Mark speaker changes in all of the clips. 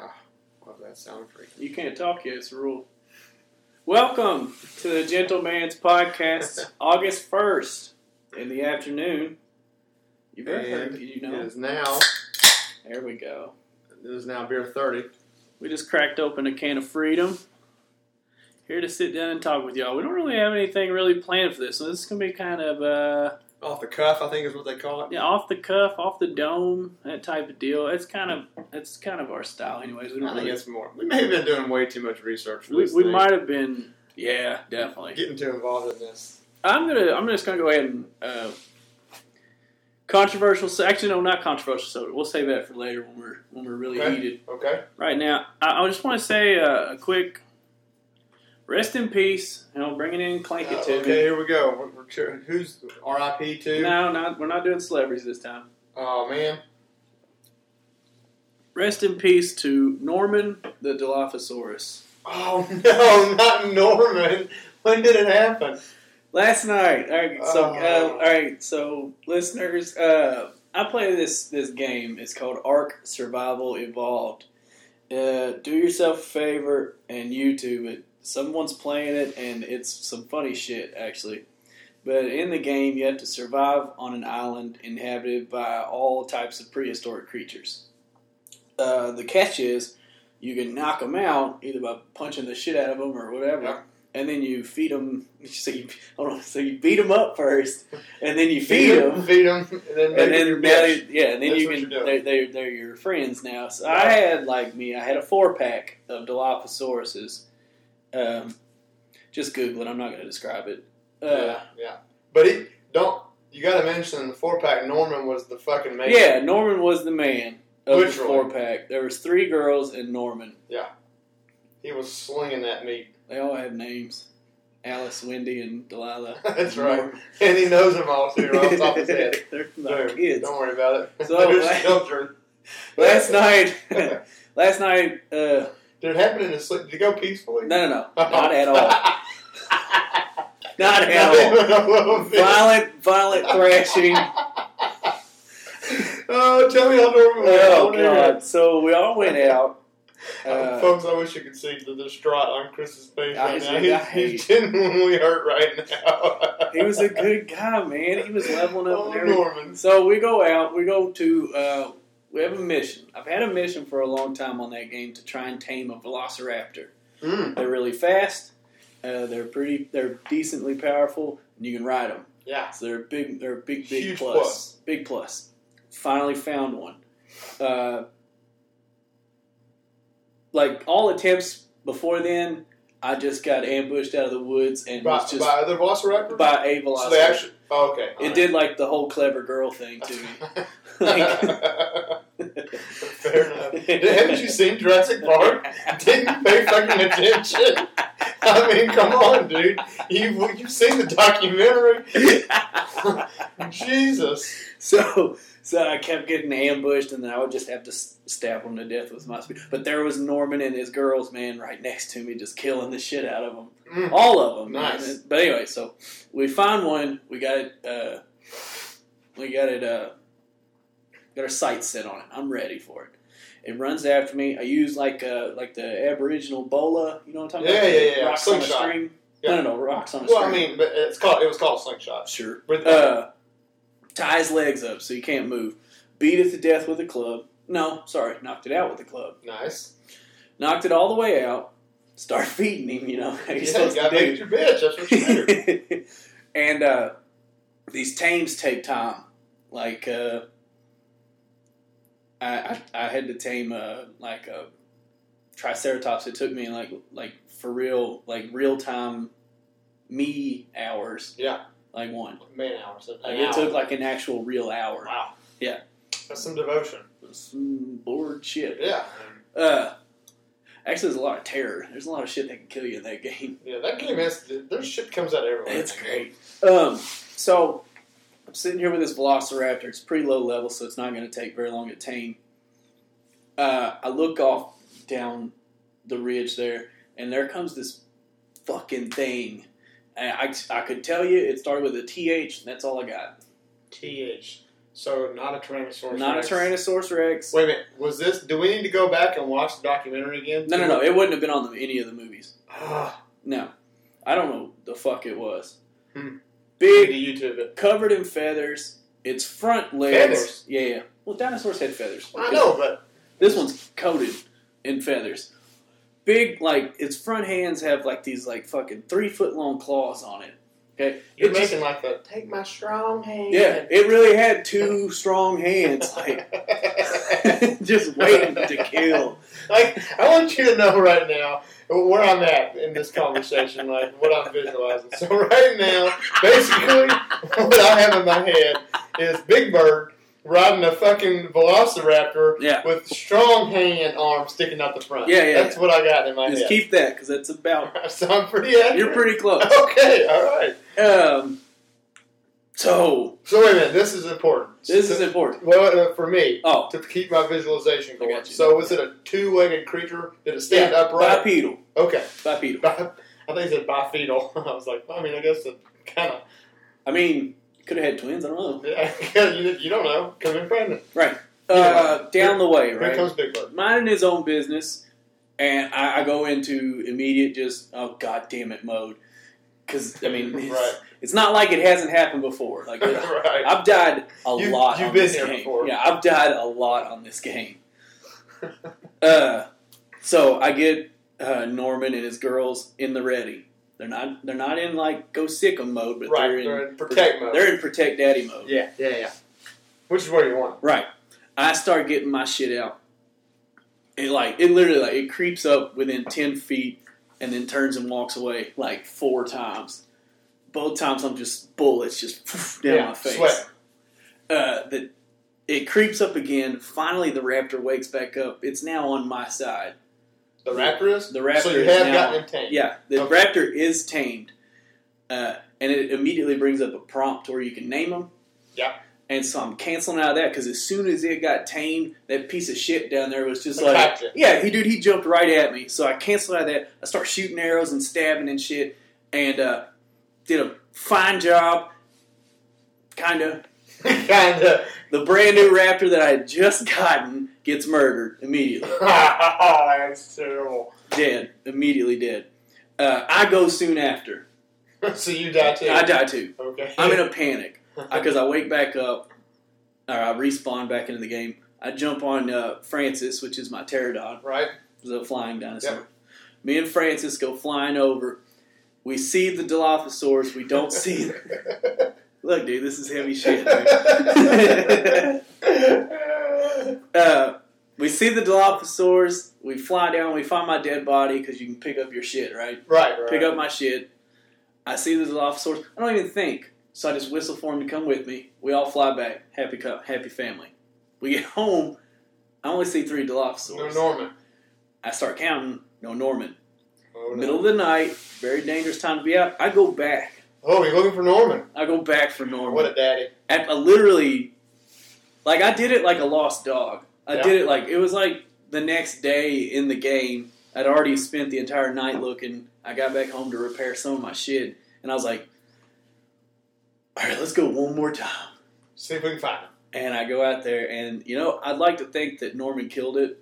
Speaker 1: Ah, that sound freak.
Speaker 2: You can't talk yet. It's a rule. Welcome to the Gentleman's Podcast, August first in the afternoon. You better
Speaker 1: And
Speaker 2: think you
Speaker 1: it
Speaker 2: know.
Speaker 1: is now.
Speaker 2: There we go.
Speaker 1: It is now beer thirty.
Speaker 2: We just cracked open a can of freedom. Here to sit down and talk with y'all. We don't really have anything really planned for this, so this is gonna be kind of uh,
Speaker 1: Off the cuff, I think is what they call it.
Speaker 2: yeah, off the cuff, off the dome, that type of deal. It's kind of it's kind of our style, anyways. We
Speaker 1: I
Speaker 2: don't
Speaker 1: think
Speaker 2: really.
Speaker 1: it's more. We may have been doing way too much research. For
Speaker 2: We,
Speaker 1: this
Speaker 2: we
Speaker 1: thing.
Speaker 2: might have been, yeah, definitely.
Speaker 1: getting too involved in this.
Speaker 2: I'm gonna. I'm just gonna go ahead and uh, controversial. se- Actually, no, not controversial soda. We'll save that for later when we're when we're really
Speaker 1: Okay.
Speaker 2: heated.
Speaker 1: Okay.
Speaker 2: Right now, I, I just want to say uh, a quick rest in peace. You know, bringing in Clank
Speaker 1: Uh,
Speaker 2: it to
Speaker 1: okay. Here we go. We're, we're cheering- who's R.I.P.
Speaker 2: me.
Speaker 1: to?
Speaker 2: No, not we're not doing celebrities this time.
Speaker 1: Oh man.
Speaker 2: Rest in peace to Norman the Dilophosaurus.
Speaker 1: Oh no, not Norman. When did it happen?
Speaker 2: Last night. All right, so uh,
Speaker 1: Oh.
Speaker 2: all right, so listeners, uh, I play this this game. It's called Ark Survival Evolved. Uh, do yourself a favor and YouTube it. Someone's playing it, and it's some funny shit actually. But in the game, you have to survive on an island inhabited by all types of prehistoric creatures. Uh, the catch is you can knock them out either by punching the shit out of them or whatever,
Speaker 1: Yeah.
Speaker 2: and then you feed them. So you hold on, so you beat them up first, and then you feed them,
Speaker 1: Feed him. And then, make
Speaker 2: and
Speaker 1: him
Speaker 2: then
Speaker 1: your
Speaker 2: now
Speaker 1: bitch.
Speaker 2: you- yeah, and then
Speaker 1: That's
Speaker 2: you
Speaker 1: what
Speaker 2: can
Speaker 1: you're
Speaker 2: they're,
Speaker 1: doing.
Speaker 2: they're they're your friends now. So I
Speaker 1: Right.
Speaker 2: had like me, I had a four pack of Dilophosaurus's. Um, just Google it. I'm not going to describe it. Uh,
Speaker 1: yeah, yeah. But he don't. You got to mention the four pack. Norman was the fucking man.
Speaker 2: Yeah, Norman was the man of
Speaker 1: Which one?
Speaker 2: the four pack. There was three girls and Norman.
Speaker 1: he was slinging that meat.
Speaker 2: They all have names: Alice, Wendy, and Delilah.
Speaker 1: That's right, and he knows them all too, right off the top of his head.
Speaker 2: They're my
Speaker 1: Dude,
Speaker 2: kids.
Speaker 1: Don't worry about it.
Speaker 2: So,
Speaker 1: There's
Speaker 2: last-
Speaker 1: children.
Speaker 2: Last night,
Speaker 1: Did
Speaker 2: last night, uh,
Speaker 1: it happen in his sleep? Did it go peacefully?
Speaker 2: no, no, no, not at all, not
Speaker 1: Not
Speaker 2: at all.
Speaker 1: even a little bit.
Speaker 2: Violent, violent thrashing.
Speaker 1: Oh, tell me how Norman was. I
Speaker 2: Oh
Speaker 1: wanna hear it.
Speaker 2: god! So we all went out.
Speaker 1: Uh,
Speaker 2: Uh,
Speaker 1: Folks, I wish you could see the distraught on Chris's face
Speaker 2: I
Speaker 1: right
Speaker 2: just-
Speaker 1: now.
Speaker 2: I
Speaker 1: He's,
Speaker 2: hate-
Speaker 1: he's genuinely hurt right now.
Speaker 2: he was a good guy, man. He was leveling up
Speaker 1: oh,
Speaker 2: and everything.
Speaker 1: Norman.
Speaker 2: So we go out. We go to. Uh, we have a mission. I've had a mission for a long time on that game to try and tame a Velociraptor.
Speaker 1: Mm,
Speaker 2: They're really fast. Uh, they're pretty. They're decently powerful, and you can ride them.
Speaker 1: yeah.
Speaker 2: So they're a big. They're a big, big
Speaker 1: Huge
Speaker 2: plus.
Speaker 1: plus.
Speaker 2: Big plus. Finally found one. Uh, like all attempts before then, I just got ambushed out of the woods and
Speaker 1: By,
Speaker 2: was just
Speaker 1: by other Velociraptor?
Speaker 2: by a velociraptor.
Speaker 1: so they actually. Oh, okay.
Speaker 2: it did like the whole clever girl thing to me. Like-
Speaker 1: did. Fair enough. Haven't you seen Jurassic Park? didn't pay fucking attention. I mean, come on, dude. You you've seen the documentary. Jesus.
Speaker 2: so so I kept getting ambushed, and then I would just have to s- stab them to death with my spear. But there was Norman and his girls, man, right next to me, just killing the shit out of them,
Speaker 1: Mm.
Speaker 2: all of them. man.
Speaker 1: Nice.
Speaker 2: But anyway, so we find one. We got it. Uh, we got it. Uh, got our sights set on it. I'm ready for it. It runs after me. I use like uh, like the Aboriginal bola. You know what I'm talking
Speaker 1: Yeah,
Speaker 2: about?
Speaker 1: yeah, yeah.
Speaker 2: Rocks on
Speaker 1: Slingshot.
Speaker 2: a string.
Speaker 1: Yeah.
Speaker 2: No, no, no. Rocks on a
Speaker 1: Well, I
Speaker 2: string.
Speaker 1: mean, but it's called it was called slingshot.
Speaker 2: sure
Speaker 1: With
Speaker 2: uh, tie his legs up so he can't move. Beat it to death with a club. No, sorry, knocked it out with a club.
Speaker 1: nice.
Speaker 2: Knocked it all the way out. Start feeding him, you know. how
Speaker 1: Yeah,
Speaker 2: you're
Speaker 1: you
Speaker 2: supposed
Speaker 1: got
Speaker 2: to
Speaker 1: make your bitch. That's what you do.
Speaker 2: do. and uh, these tames take time. Like uh, I, I, I had to tame uh, like a triceratops. It took me like like for real, like real time me hours.
Speaker 1: Yeah.
Speaker 2: like one.
Speaker 1: Man hours. an
Speaker 2: Like
Speaker 1: hour.
Speaker 2: it took like an actual real hour.
Speaker 1: wow.
Speaker 2: Yeah.
Speaker 1: That's some devotion.
Speaker 2: Some bored shit.
Speaker 1: Yeah.
Speaker 2: Uh, actually, there's a lot of terror. There's a lot of shit that can kill you in that game.
Speaker 1: Yeah. That game has there's shit comes out everywhere.
Speaker 2: It's great. Um, so I'm sitting here with this Velociraptor. It's pretty low level, so it's not going to take very long to tame. Uh, I look off down the ridge there, and there comes this fucking thing. And I, I could tell you it started with a TH, and that's all I got.
Speaker 1: Th. So not a Tyrannosaurus.
Speaker 2: Not
Speaker 1: Rex.
Speaker 2: a Tyrannosaurus Rex.
Speaker 1: Wait a minute. Was this? Do we need to go back and watch the documentary again?
Speaker 2: No, no, no. It wouldn't have been on the, any of the movies.
Speaker 1: Ah,
Speaker 2: No, I don't know the fuck it was.
Speaker 1: Hmm.
Speaker 2: Big
Speaker 1: need to YouTube it.
Speaker 2: covered in feathers. Its front legs.
Speaker 1: Feathers?
Speaker 2: Yeah, yeah. Well, dinosaurs had feathers.
Speaker 1: I know, but
Speaker 2: This one's coated in feathers. Big, like its front hands have like these like fucking three foot long claws on it. Okay,
Speaker 1: you're
Speaker 2: it
Speaker 1: making
Speaker 2: just-
Speaker 1: like the take my strong hand.
Speaker 2: yeah, it really had two strong hands, like just waiting to kill.
Speaker 1: Like, I want you to know right now where I'm at in this conversation, like what I'm visualizing. So right now, basically, what I have in my head is Big Bird riding a fucking Velociraptor
Speaker 2: Yeah,
Speaker 1: with strong hand arms sticking out the front.
Speaker 2: Yeah, yeah,
Speaker 1: That's what I got in my
Speaker 2: just
Speaker 1: head.
Speaker 2: keep that because that's about.
Speaker 1: so I'm pretty accurate.
Speaker 2: You're pretty close.
Speaker 1: Okay, all right.
Speaker 2: Um, so
Speaker 1: So wait a minute. This is important.
Speaker 2: this
Speaker 1: So-
Speaker 2: is important.
Speaker 1: well uh, for me
Speaker 2: Oh,
Speaker 1: to keep my visualization
Speaker 2: I got
Speaker 1: going.
Speaker 2: you.
Speaker 1: So was it a two-legged creature? Did it stand upright?
Speaker 2: bipedal,
Speaker 1: Okay.
Speaker 2: bipedal.
Speaker 1: I think he said bifetal. I was like, well, I mean, I guess it kind of.
Speaker 2: I mean, could have had twins. I don't know.
Speaker 1: Yeah, you, you don't know. Come in, Brandon.
Speaker 2: Uh, down the way,
Speaker 1: Here
Speaker 2: right?
Speaker 1: comes Big Bird.
Speaker 2: minding his own business, and I, I go into immediate just oh god damn it mode because I mean it's,
Speaker 1: Right.
Speaker 2: it's not like it hasn't happened before. Like it-
Speaker 1: right.
Speaker 2: I've died a
Speaker 1: You-
Speaker 2: lot.
Speaker 1: you've
Speaker 2: on
Speaker 1: been
Speaker 2: this
Speaker 1: here
Speaker 2: game.
Speaker 1: before.
Speaker 2: Yeah, I've died a lot on this game. Uh, so I get uh, Norman and his girls in the ready. They're not. They're not in like go sick 'em mode, but
Speaker 1: right.
Speaker 2: they're in.
Speaker 1: They're in protect mode.
Speaker 2: They're in protect daddy mode.
Speaker 1: yeah, yeah, yeah. Which is where you want.
Speaker 2: Right. I start getting my shit out. It like it literally like it creeps up within ten feet and then turns and walks away like four times. Both times I'm just bullets just down
Speaker 1: yeah,
Speaker 2: my face.
Speaker 1: Sweat.
Speaker 2: Uh, that it creeps up again. Finally, the raptor wakes back up. It's now on my side.
Speaker 1: The raptor is.
Speaker 2: The raptor
Speaker 1: so you
Speaker 2: is
Speaker 1: have
Speaker 2: now
Speaker 1: gotten him tamed.
Speaker 2: yeah, the
Speaker 1: Okay.
Speaker 2: raptor is tamed, uh, and it immediately brings up a prompt where you can name them.
Speaker 1: Yeah.
Speaker 2: And so I'm canceling out of that because as soon as it got tamed, that piece of shit down there was just like,
Speaker 1: Attacked it.
Speaker 2: yeah, he dude, he jumped right at me. So I canceled out of that. I start shooting arrows and stabbing and shit, and uh, did a fine job. Kinda.
Speaker 1: Kinda.
Speaker 2: The brand new raptor that I had just gotten gets murdered immediately
Speaker 1: That's terrible.
Speaker 2: dead, immediately dead. Uh, I go soon after.
Speaker 1: so you die too.
Speaker 2: I die too.
Speaker 1: Okay.
Speaker 2: I'm in a panic because I wake back up, or I respawn back into the game. I jump on uh, Francis, which is my pterodon,
Speaker 1: right.
Speaker 2: it was a flying dinosaur. Me and Francis go flying over. We see the Dilophosaurus. We don't see. Look, dude, this is heavy shit. dude. uh, we see the Dilophosaurus. We fly down. We find my dead body because you can pick up your shit, right?
Speaker 1: right. Right.
Speaker 2: pick up my shit. I see the Dilophosaurus. I don't even think. So I just whistle for him to come with me. We all fly back. Happy cup, happy family. We get home. I only see three
Speaker 1: No
Speaker 2: Dilophosaurs.
Speaker 1: Norman.
Speaker 2: I start counting. No Norman.
Speaker 1: Oh, no.
Speaker 2: Middle of the night. Very dangerous time to be out. I go back.
Speaker 1: oh, you're looking for Norman.
Speaker 2: I go back for Norman.
Speaker 1: What a daddy.
Speaker 2: At, I literally, like I did it like a lost dog. I
Speaker 1: Yeah.
Speaker 2: did it like it was like the next day in the game. I'd already spent the entire night looking. I got back home to repair some of my shit, and I was like, "All right, let's go one more time."
Speaker 1: See if we can find him.
Speaker 2: And I go out there, and you know, I'd like to think that Norman killed it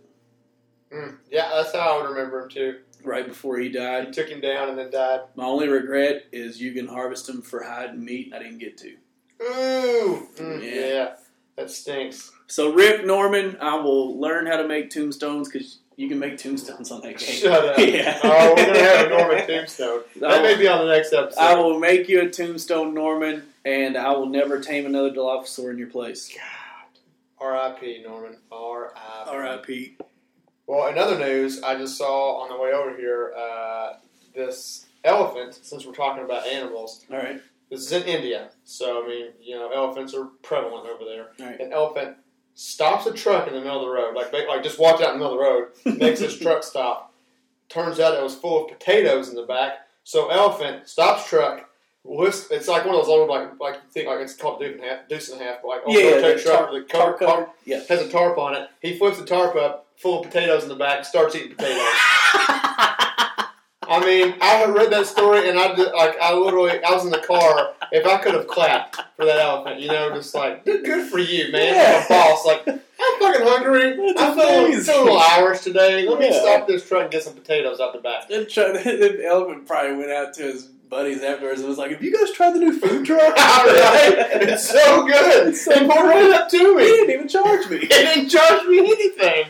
Speaker 1: Mm, yeah, that's how I would remember him too.
Speaker 2: right before he
Speaker 1: I
Speaker 2: died.
Speaker 1: took him down and then died.
Speaker 2: My only regret is you can harvest him for hide and meat. and I didn't get to.
Speaker 1: Ooh, mm,
Speaker 2: Yeah.
Speaker 1: yeah. that stinks.
Speaker 2: So Rick Norman, I will learn how to make tombstones because you can make tombstones on that game.
Speaker 1: Shut up.
Speaker 2: Yeah.
Speaker 1: Oh, we're gonna have a Norman tombstone. That may be on the next episode.
Speaker 2: I will make you a tombstone, Norman, and I will never tame another Dilophosaur in your place.
Speaker 1: R.I.P. Norman. R.I.P.
Speaker 2: R.I.P.
Speaker 1: Well, in other news, I just saw on the way over here uh, this elephant. Since we're talking about animals,
Speaker 2: All right.
Speaker 1: this is in India, so I mean, you know, elephants are prevalent over there.
Speaker 2: Right.
Speaker 1: An elephant stops a truck in the middle of the road, like they, like just walked out in the middle of the road. makes his truck stop. Turns out it was full of potatoes in the back. So elephant stops truck. Lifts, it's like one of those old like like you think like it's called deuce and a half, deuce and a half, but like old
Speaker 2: Yeah, yeah,
Speaker 1: rotate
Speaker 2: the
Speaker 1: truck
Speaker 2: tarp-
Speaker 1: with a
Speaker 2: tarp
Speaker 1: tarp, tarp,
Speaker 2: cover. Yeah.
Speaker 1: has a tarp on it. He flips the tarp up, full of potatoes in the back, starts eating potatoes. I mean, I had read that story, and I did, like I literally I was in the car. If I could have clapped for that elephant, you know, just like dude, good for you, man,
Speaker 2: Yeah.
Speaker 1: yeah. boss. Like I'm fucking hungry.
Speaker 2: That's
Speaker 1: I'm feeling
Speaker 2: amazing.
Speaker 1: so little Irish today. Let me
Speaker 2: Yeah.
Speaker 1: stop this truck and get some potatoes out the back.
Speaker 2: Then try- the elephant probably went out to his buddies afterwards and was like, "Have you guys tried the new food truck?
Speaker 1: Alright, It's so good.
Speaker 2: It's so
Speaker 1: they poured it up to
Speaker 2: he
Speaker 1: me.
Speaker 2: didn't even charge
Speaker 1: They
Speaker 2: me.
Speaker 1: didn't charge me anything.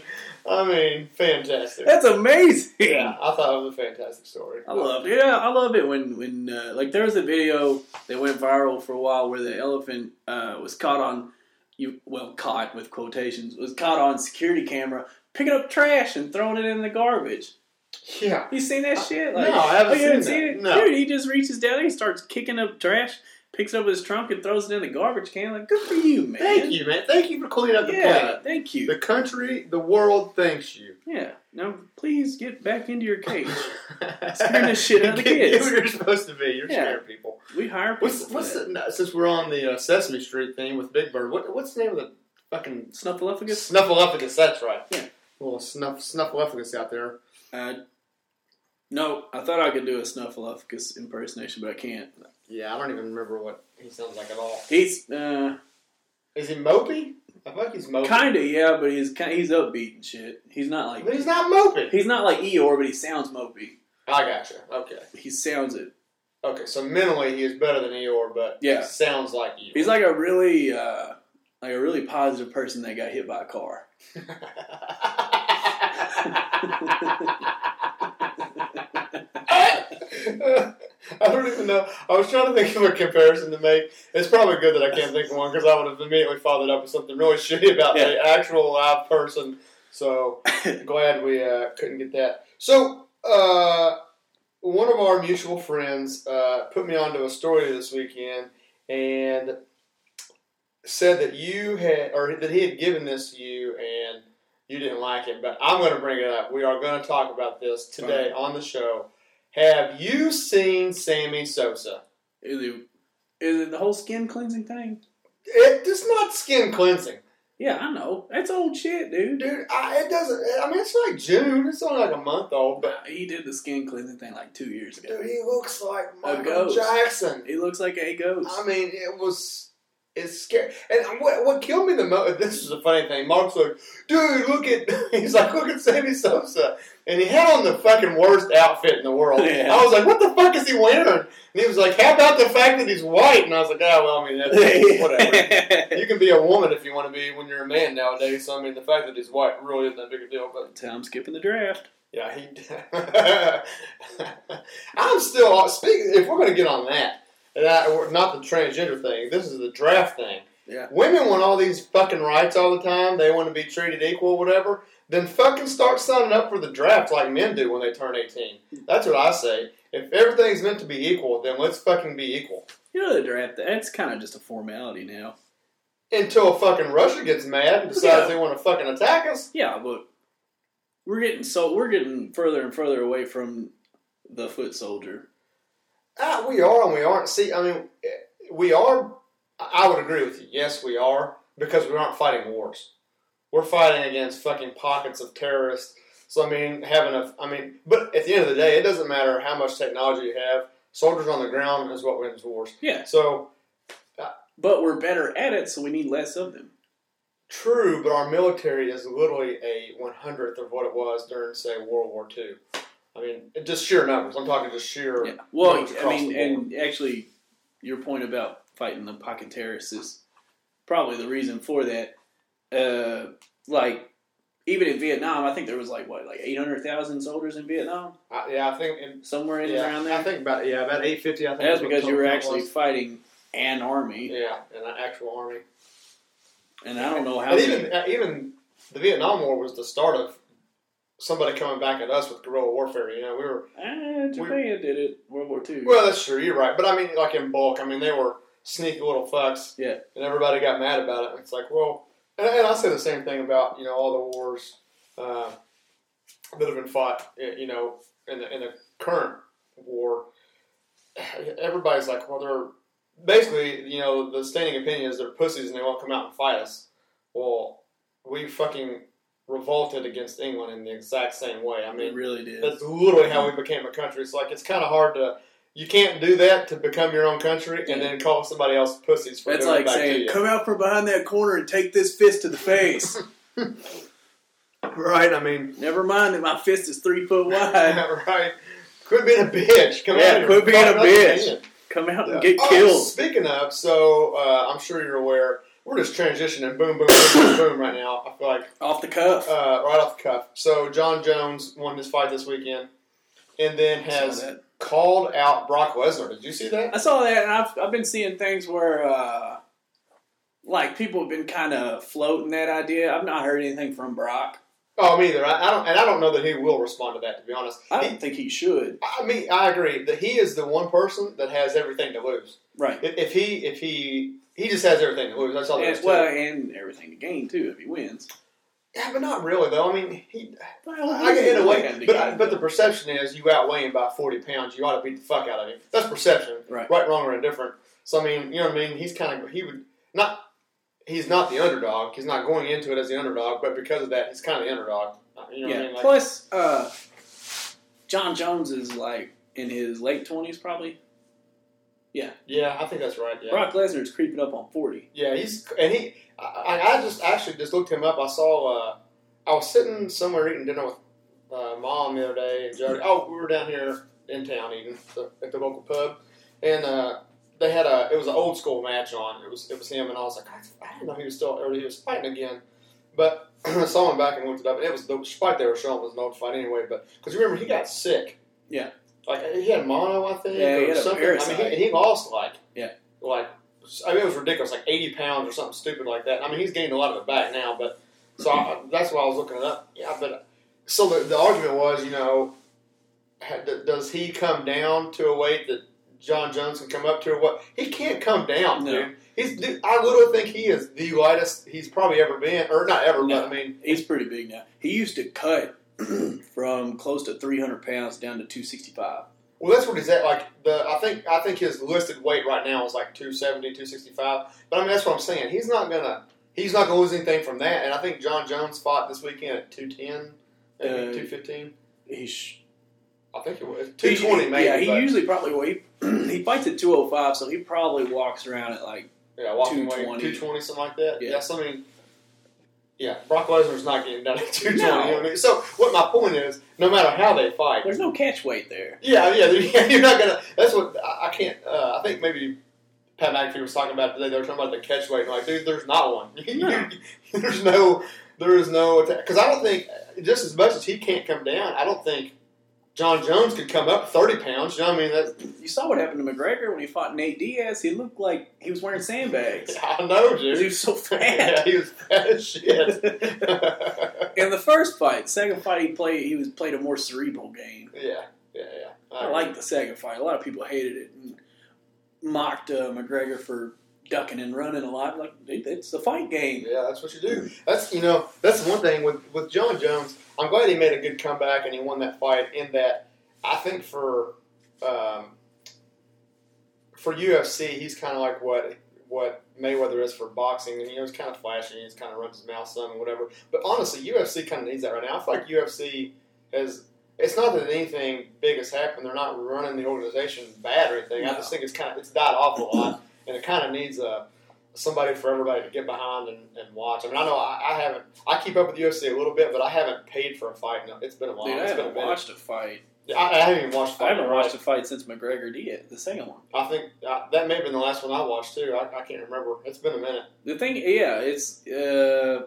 Speaker 1: I mean, fantastic.
Speaker 2: That's amazing."
Speaker 1: Yeah, I thought it was a fantastic story.
Speaker 2: I love yeah, I love it when when uh, like there was a video that went viral for a while where the elephant uh, was caught on you well caught with quotations was caught on security camera picking up trash and throwing it in the garbage.
Speaker 1: Yeah.
Speaker 2: You seen that shit?
Speaker 1: Uh, No, I haven't
Speaker 2: oh,
Speaker 1: seen
Speaker 2: you
Speaker 1: that.
Speaker 2: it.
Speaker 1: No.
Speaker 2: Dude, he just reaches down and he starts kicking up trash, picks up his trunk and throws it in the garbage can. Like good for you, man.
Speaker 1: Thank you, man. Thank you for cleaning up the
Speaker 2: yeah,
Speaker 1: planet.
Speaker 2: thank you.
Speaker 1: The country, the world thanks you.
Speaker 2: yeah. Now please get back into your cage. Scaring the shit out of the
Speaker 1: Get-
Speaker 2: kids.
Speaker 1: get what You're supposed to be. You're
Speaker 2: Yeah.
Speaker 1: scaring people.
Speaker 2: We hire people.
Speaker 1: What's,
Speaker 2: for
Speaker 1: what's
Speaker 2: that.
Speaker 1: the, no, since we're on the uh, Sesame Street thing with Big Bird? What, what's the name of the fucking
Speaker 2: Snuffleupagus?
Speaker 1: snuffleupagus? That's right.
Speaker 2: Yeah.
Speaker 1: Little snuff snuffleupagus out there.
Speaker 2: Uh, no, I thought I could do a Snuffleupagus impersonation, but I can't.
Speaker 1: Yeah, I don't even remember what he sounds like at all.
Speaker 2: He's uh,
Speaker 1: Is he mopey? I feel like he's mopey.
Speaker 2: kind of yeah, but he's kind he's upbeat and shit. He's not
Speaker 1: But
Speaker 2: like
Speaker 1: he's not mopey.
Speaker 2: he's not like Eeyore, but he sounds mopey.
Speaker 1: I gotcha. Okay.
Speaker 2: He sounds it.
Speaker 1: Okay, so mentally he is better than Eeyore, but
Speaker 2: Yeah.
Speaker 1: he sounds like Eeyore.
Speaker 2: He's like a really uh, like a really positive person that got hit by a car.
Speaker 1: I don't even know. I was trying to think of a comparison to make. It's probably good that I can't think of one because I would have immediately followed up with something really shitty about the actual live person. So glad we uh, couldn't get that. So uh, one of our mutual friends uh, put me onto a story this weekend and said that you had or that he had given this to you and you didn't like it. But I'm going to bring it up. We are going to talk about this today on the show. Have you seen Sammy Sosa?
Speaker 2: Is it is it the whole skin cleansing thing?
Speaker 1: It, it's not skin cleansing,
Speaker 2: Yeah, I know. That's old shit, dude.
Speaker 1: dude. I, it doesn't. I mean, it's like June. It's only like a month old, but
Speaker 2: But he did the skin cleansing thing like two years ago.
Speaker 1: dude, he looks like Michael
Speaker 2: ghost.
Speaker 1: Jackson.
Speaker 2: He looks like a ghost.
Speaker 1: I mean, it was. It's scary. And what, what killed me the most, this is a funny thing. Mark's like, dude, look at, he's like, look at Sammy Sosa. And he had on the fucking worst outfit in the world.
Speaker 2: Yeah.
Speaker 1: I was like, what the fuck is he wearing? And he was like, how about the fact that he's white? And I was like, ah, well, I mean, that's, whatever. You can be a woman if you want to be when you're a man nowadays. So, I mean, the fact that he's white really isn't that big a deal. But
Speaker 2: Tell him skipping the draft.
Speaker 1: yeah, he. I'm still speaking. If we're going to get on that, and I, we're- not the transgender thing, this is the draft thing.
Speaker 2: Yeah.
Speaker 1: Women want all these fucking rights all the time. They want to be treated equal, whatever. Then fucking start signing up for the draft like men do when they turn 18. That's what I say. If everything's meant to be equal, then let's fucking be equal.
Speaker 2: You know the draft. That's kind of just a formality now.
Speaker 1: Until fucking Russia gets mad and decides they want to fucking attack us.
Speaker 2: Yeah, but we're getting so we're getting further and further away from the foot soldier.
Speaker 1: Ah, we are and we aren't. See, I mean, eh, we are. I I would agree with you. Yes, we are because we aren't fighting wars. We're fighting against fucking pockets of terrorists. So I mean, having a, I mean, but at the end of the day, it doesn't matter how much technology you have. Soldiers on the ground is what wins wars.
Speaker 2: Yeah,
Speaker 1: So
Speaker 2: but we're better at it, so we need less of them.
Speaker 1: true, but our military is literally a one hundredth of what it was during, say, World War II. I mean, just sheer numbers. I'm talking just sheer.
Speaker 2: Yeah. Well,
Speaker 1: numbers
Speaker 2: I
Speaker 1: across
Speaker 2: mean,
Speaker 1: the board.
Speaker 2: and actually, your point about fighting the pocket terrorists is probably the reason for that. Uh, like, even in Vietnam, I think there was like what, like eight hundred thousand soldiers in Vietnam,
Speaker 1: I, yeah, I think. And,
Speaker 2: somewhere in and
Speaker 1: yeah,
Speaker 2: around
Speaker 1: I
Speaker 2: there.
Speaker 1: think about yeah about eight fifty. I think
Speaker 2: That's
Speaker 1: is what
Speaker 2: because you
Speaker 1: total
Speaker 2: were
Speaker 1: count
Speaker 2: actually
Speaker 1: was.
Speaker 2: fighting an army,
Speaker 1: Yeah, and an actual army.
Speaker 2: and I don't know how.
Speaker 1: And
Speaker 2: they-
Speaker 1: even uh, even the Vietnam War was the start of somebody coming back at us with guerrilla warfare. You know, we were
Speaker 2: Ah, Japan did it World War Two.
Speaker 1: well. That's true. You're right. But I mean, like in bulk. I mean, they were sneaky little fucks.
Speaker 2: Yeah.
Speaker 1: And everybody got mad about it. It's like, well, and, and I say the same thing about you know all the wars uh, that have been fought. eh, You know, in the in the current war, everybody's like, well, they're basically, you know, the standing opinion is they're pussies and they won't come out and fight us. Well, we fucking revolted against England in the exact same way. I
Speaker 2: It
Speaker 1: mean,
Speaker 2: really did.
Speaker 1: that's literally how we became a country. It's like it's kind of hard to. You can't do that to become your own country and then call somebody else pussies for
Speaker 2: That's
Speaker 1: doing
Speaker 2: like
Speaker 1: it back to
Speaker 2: saying,
Speaker 1: you.
Speaker 2: "Come out from behind that corner and take this fist to the face."
Speaker 1: right? I mean,
Speaker 2: Never mind that my fist is three foot wide.
Speaker 1: right? Quit being a bitch. Come
Speaker 2: Yeah,
Speaker 1: out here.
Speaker 2: quit being a
Speaker 1: Fuck up
Speaker 2: bitch.
Speaker 1: again.
Speaker 2: Come out
Speaker 1: Yeah.
Speaker 2: and get
Speaker 1: Oh,
Speaker 2: killed.
Speaker 1: Speaking of, so uh, I'm sure you're aware, we're just transitioning boom, boom, boom, boom, boom right now. I feel like
Speaker 2: Off the cuff.
Speaker 1: uh, right off the cuff. So John Jones won his fight this weekend, and then
Speaker 2: I
Speaker 1: has
Speaker 2: saw that.
Speaker 1: called out Brock Lesnar. Did you see that?
Speaker 2: I saw that, and I've, I've been seeing things where, uh, like, people have been kind of floating that idea. I've not heard anything from Brock.
Speaker 1: Oh, me either. I, I don't, and I don't know that he will respond to that. To be honest,
Speaker 2: I
Speaker 1: He-
Speaker 2: don't think he should.
Speaker 1: I mean, I agree that he is the one person that has everything to lose.
Speaker 2: Right.
Speaker 1: If if he, if he, he just has everything to lose. That's all there
Speaker 2: And,
Speaker 1: is to
Speaker 2: well,
Speaker 1: it.
Speaker 2: and everything to gain, too, if he wins.
Speaker 1: Yeah, but not really though. I mean, he,
Speaker 2: Well,
Speaker 1: I, in a
Speaker 2: he's
Speaker 1: way,
Speaker 2: gonna
Speaker 1: but,
Speaker 2: gain.
Speaker 1: I, but the perception is you outweigh him by 40 pounds, you ought to beat the fuck out of him. That's perception.
Speaker 2: Right.
Speaker 1: wrong, or indifferent. So, I mean, you know what I mean? He's kind of, he would, not, he's not the underdog. He's not going into it as the underdog, but because of that, he's kind of the underdog. You know
Speaker 2: yeah.
Speaker 1: what I mean? Like,
Speaker 2: Plus, uh, John Jones is, like, in his late 20s, probably.
Speaker 1: yeah, I think that's right. Yeah.
Speaker 2: Brock Lesnar is creeping up on 40.
Speaker 1: Yeah, he's, and he, I, I I just actually just looked him up. I saw, uh, I was sitting somewhere eating dinner with uh, mom the other day, and
Speaker 2: Mm-hmm.
Speaker 1: Jody. Oh, we were down here in town eating at the- at the local pub, and uh, they had a. It was an old school match on. It was it was him, and I was like, I, I didn't know he was still or he was fighting again, but I saw him back and looked it up, and it was the fight they were showing was an old fight anyway. But because remember he got sick.
Speaker 2: Yeah.
Speaker 1: Like he had mono, I think,
Speaker 2: Yeah, he
Speaker 1: or
Speaker 2: had a
Speaker 1: something. I mean,
Speaker 2: parasite.
Speaker 1: he, he lost like
Speaker 2: Yeah.
Speaker 1: like I mean it was ridiculous, like eighty pounds or something stupid like that. I mean he's gained a lot of it back now, but so I, that's why I was looking it up. Yeah, but so the, the argument was, you know, had, does he come down to a weight that John Jones can come up to, or what? He can't come down,
Speaker 2: No.
Speaker 1: dude. He's, dude, I literally think he is the lightest he's probably ever been, or not ever,
Speaker 2: No.
Speaker 1: but I mean,
Speaker 2: He's pretty big now. He used to cut from close to 300 pounds down to 265.
Speaker 1: well, that's what he's at. Like the, I think, I think his listed weight right now is like 270, 265. But I mean, that's what I'm saying. He's not gonna, he's not gonna lose anything from that. And I think John Jones fought this weekend at 210,
Speaker 2: Uh,
Speaker 1: maybe 215.
Speaker 2: He's
Speaker 1: I think it was 220,
Speaker 2: he-
Speaker 1: maybe.
Speaker 2: Yeah, he
Speaker 1: but-
Speaker 2: usually probably well, he, he fights at 205, so he probably walks around at like
Speaker 1: Yeah, walking 220.
Speaker 2: 220.
Speaker 1: 220, something like that.
Speaker 2: Yeah.
Speaker 1: Yeah. Yes, I mean, yeah, Brock Lesnar's not getting down at 220.
Speaker 2: No.
Speaker 1: You know what I mean? So, what my point is, no matter how they fight,
Speaker 2: there's no catch weight there.
Speaker 1: yeah, yeah, you're not going to. That's what I, I can't. Uh, I think maybe Pat McAfee was talking about today. They were talking about the catch weight. And like, dude, there's not one.
Speaker 2: No.
Speaker 1: there's no. There is no. Because I don't think, just as much as he can't come down, I don't think John Jones could come up 30 pounds. You know what I mean? That's,
Speaker 2: You saw what happened to McGregor when he fought Nate Diaz. He looked like he was wearing sandbags
Speaker 1: I know,
Speaker 2: 'Cause he
Speaker 1: dude.
Speaker 2: was so fat.
Speaker 1: yeah, he was fat as shit.
Speaker 2: In the first fight, second fight, he played he was played a more cerebral game.
Speaker 1: Yeah, yeah, yeah.
Speaker 2: I like the second fight. A lot of people hated it and mocked uh, McGregor for ducking and running a lot. Like it, it's the fight game.
Speaker 1: Yeah, that's what you do. That's you know that's the one thing with with John Jones. I'm glad he made a good comeback and he won that fight. In that, I think for um, for UFC, he's kind of like what what Mayweather is for boxing, and he was kind of flashy. and He just kind of runs his mouth some and whatever. But honestly, UFC kind of needs that right now. I feel like UFC has. It's not that anything big has happened. They're not running the organization bad or anything. I
Speaker 2: No.
Speaker 1: just think it's kind of it's died off a lot, and it kind of needs a somebody for everybody to get behind and, and watch. I mean, I know I, I haven't. I keep up with UFC a little bit, but I haven't paid for a fight. No, it's been a while.
Speaker 2: Dude, I
Speaker 1: it's been a
Speaker 2: haven't
Speaker 1: minute.
Speaker 2: watched a fight.
Speaker 1: I, I haven't even watched. a
Speaker 2: I
Speaker 1: fight
Speaker 2: haven't
Speaker 1: yet,
Speaker 2: watched
Speaker 1: right?
Speaker 2: a fight since McGregor Diaz, the second one.
Speaker 1: I think uh, that may have been the last one I watched too. I, I can't remember. It's been a minute.
Speaker 2: The thing, yeah, it's uh,